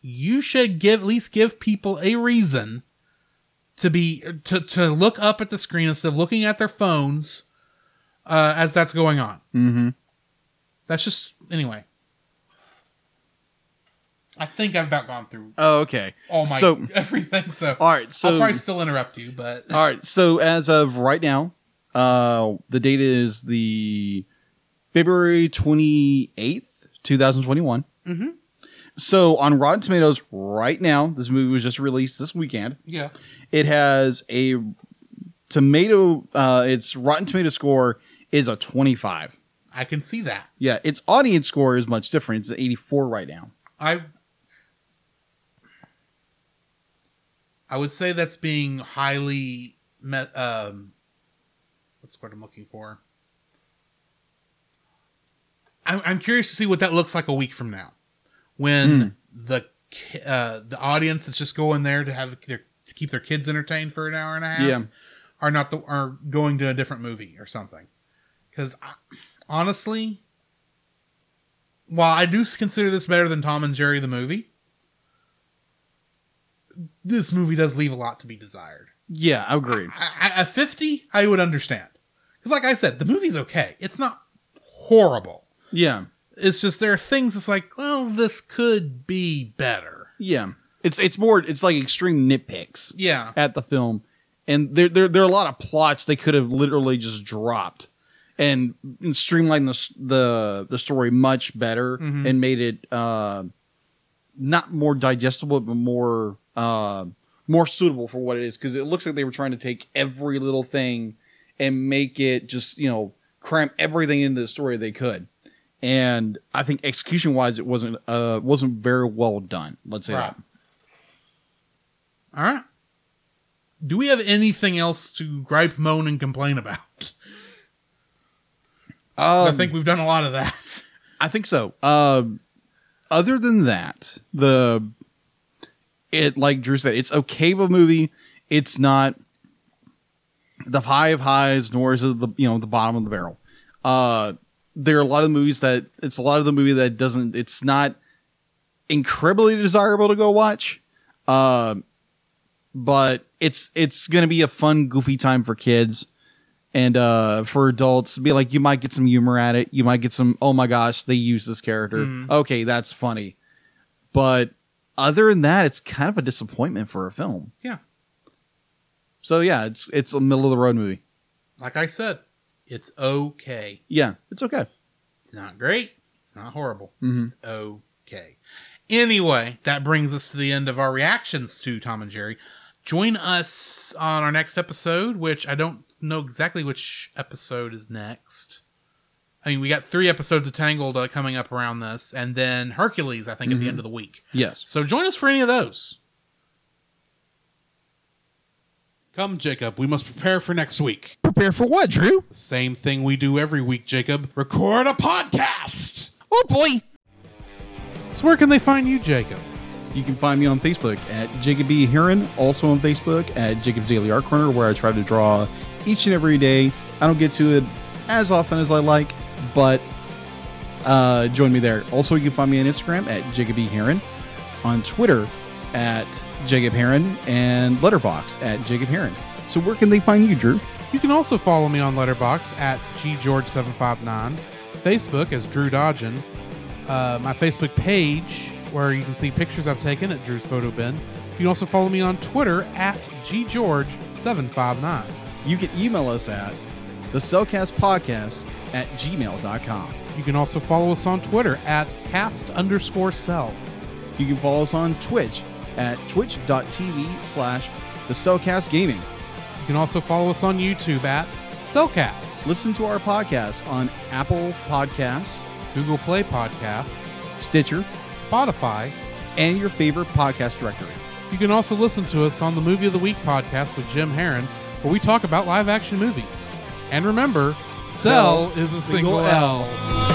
[SPEAKER 1] you should give at least give people a reason to be to to look up at the screen instead of looking at their phones uh, as that's going on.
[SPEAKER 4] Mm-hmm.
[SPEAKER 1] That's just anyway. I think I've about gone through
[SPEAKER 4] Oh, okay.
[SPEAKER 1] all my
[SPEAKER 4] So-
[SPEAKER 1] everything, so,
[SPEAKER 4] All right.
[SPEAKER 1] I'll
[SPEAKER 4] So, all
[SPEAKER 1] probably still interrupt you, but
[SPEAKER 4] right. So, as of right now, uh, the date is the February twenty eighth, two thousand twenty one.
[SPEAKER 1] Mhm.
[SPEAKER 4] So, on Rotten Tomatoes right now, this movie was just released this weekend.
[SPEAKER 1] yeah,
[SPEAKER 4] It has a tomato. Uh, its Rotten Tomato score is a twenty five.
[SPEAKER 1] I can see that.
[SPEAKER 4] Yeah, its audience score is much different. It's at 84 right now.
[SPEAKER 1] I I would say that's being highly met. Um, what's the word I'm looking for? I'm, I'm curious to see what that looks like a week from now, when the ki- uh, the audience that's just going there to have their to keep their kids entertained for an hour and a half
[SPEAKER 4] Yeah.
[SPEAKER 1] are not the are going to a different movie or something. Because honestly, while I do consider this better than Tom and Jerry the movie, this movie does leave a lot to be desired.
[SPEAKER 4] Yeah, I agree.
[SPEAKER 1] I, I, at 50, I would understand. Because, like I said, the movie's okay. It's not horrible.
[SPEAKER 4] Yeah,
[SPEAKER 1] It's just there are things that's like, well, this could be better.
[SPEAKER 4] yeah. It's it's more. It's like extreme nitpicks
[SPEAKER 1] Yeah.
[SPEAKER 4] at the film, and there there there are a lot of plots they could have literally just dropped, and, and streamlined the s- the the story much better
[SPEAKER 1] Mhm.
[SPEAKER 4] and made it uh, not more digestible but more uh, more suitable for what it is because it looks like they were trying to take every little thing and make it just you know cram everything into the story they could. And I think execution wise, it wasn't uh wasn't very well done. Let's say
[SPEAKER 1] Right.
[SPEAKER 4] that.
[SPEAKER 1] All right. Do we have anything else to gripe, moan, and complain about?
[SPEAKER 4] Um,
[SPEAKER 1] I think we've done a lot of that.
[SPEAKER 4] I think so. Um, other than that, the it like Drew said, it's okay of a movie. It's not the high of highs, nor is it the you know the bottom of the barrel. Uh, there are a lot of movies that it's a lot of the movie that doesn't. It's not incredibly desirable to go watch. Uh, but it's it's gonna be a fun, goofy time for kids and uh for adults be like you might get some humor at it you might get some oh my gosh they use this character
[SPEAKER 1] Mm.
[SPEAKER 4] okay that's funny but other than that it's kind of a disappointment for a film
[SPEAKER 1] Yeah.
[SPEAKER 4] so yeah it's it's a middle of the road movie
[SPEAKER 1] Like I said, it's okay.
[SPEAKER 4] yeah it's okay
[SPEAKER 1] It's not great. It's not horrible.
[SPEAKER 4] mm-hmm.
[SPEAKER 1] It's okay. Anyway, that brings us to the end of our reactions to Tom and Jerry. Join us on our next episode, which I don't know exactly which episode is next. I mean, we got three episodes of Tangled uh, coming up around this, and then Hercules, I think, at
[SPEAKER 4] Mhm.
[SPEAKER 1] the end of the week.
[SPEAKER 4] yes
[SPEAKER 1] So join us for any of those. Come, Jacob, we must prepare for next week.
[SPEAKER 2] Prepare for what, Drew?
[SPEAKER 1] The same thing we do every week, Jacob record a podcast.
[SPEAKER 2] Oh boy!
[SPEAKER 1] So, where can they find you, Jacob?
[SPEAKER 4] you can find me on facebook at jacob b heron also on facebook at jacob's daily art corner where i try to draw each and every day i don't get to it as often as i like but uh, join me there. Also, you can find me on Instagram at Jacob E. Heron, on Twitter at Jacob Heron, and Letterbox at Jacob Heron. So, where can they find you, Drew?
[SPEAKER 1] You can also follow me on Letterbox at ggeorge759, Facebook as Drew Dodgen, uh, my Facebook page where you can see pictures I've taken at Drew's photo bin. You can also follow me on Twitter at ggeorge759.
[SPEAKER 4] You can email us at the Cellcast Podcast at gmail.com.
[SPEAKER 1] You can also follow us on Twitter at cast underscore cell.
[SPEAKER 4] You can follow us on Twitch at twitch.tv slash the Cellcast Gaming.
[SPEAKER 1] You can also follow us on YouTube at Cellcast,
[SPEAKER 4] Listen to our podcast on Apple Podcasts,
[SPEAKER 1] Google Play Podcasts,
[SPEAKER 4] Stitcher,
[SPEAKER 1] Spotify.
[SPEAKER 4] and your favorite podcast directory.
[SPEAKER 1] You can also listen to us on the Movie of the Week podcast with Jim Heron, where we talk about live action movies. And remember, Cell is a single, L.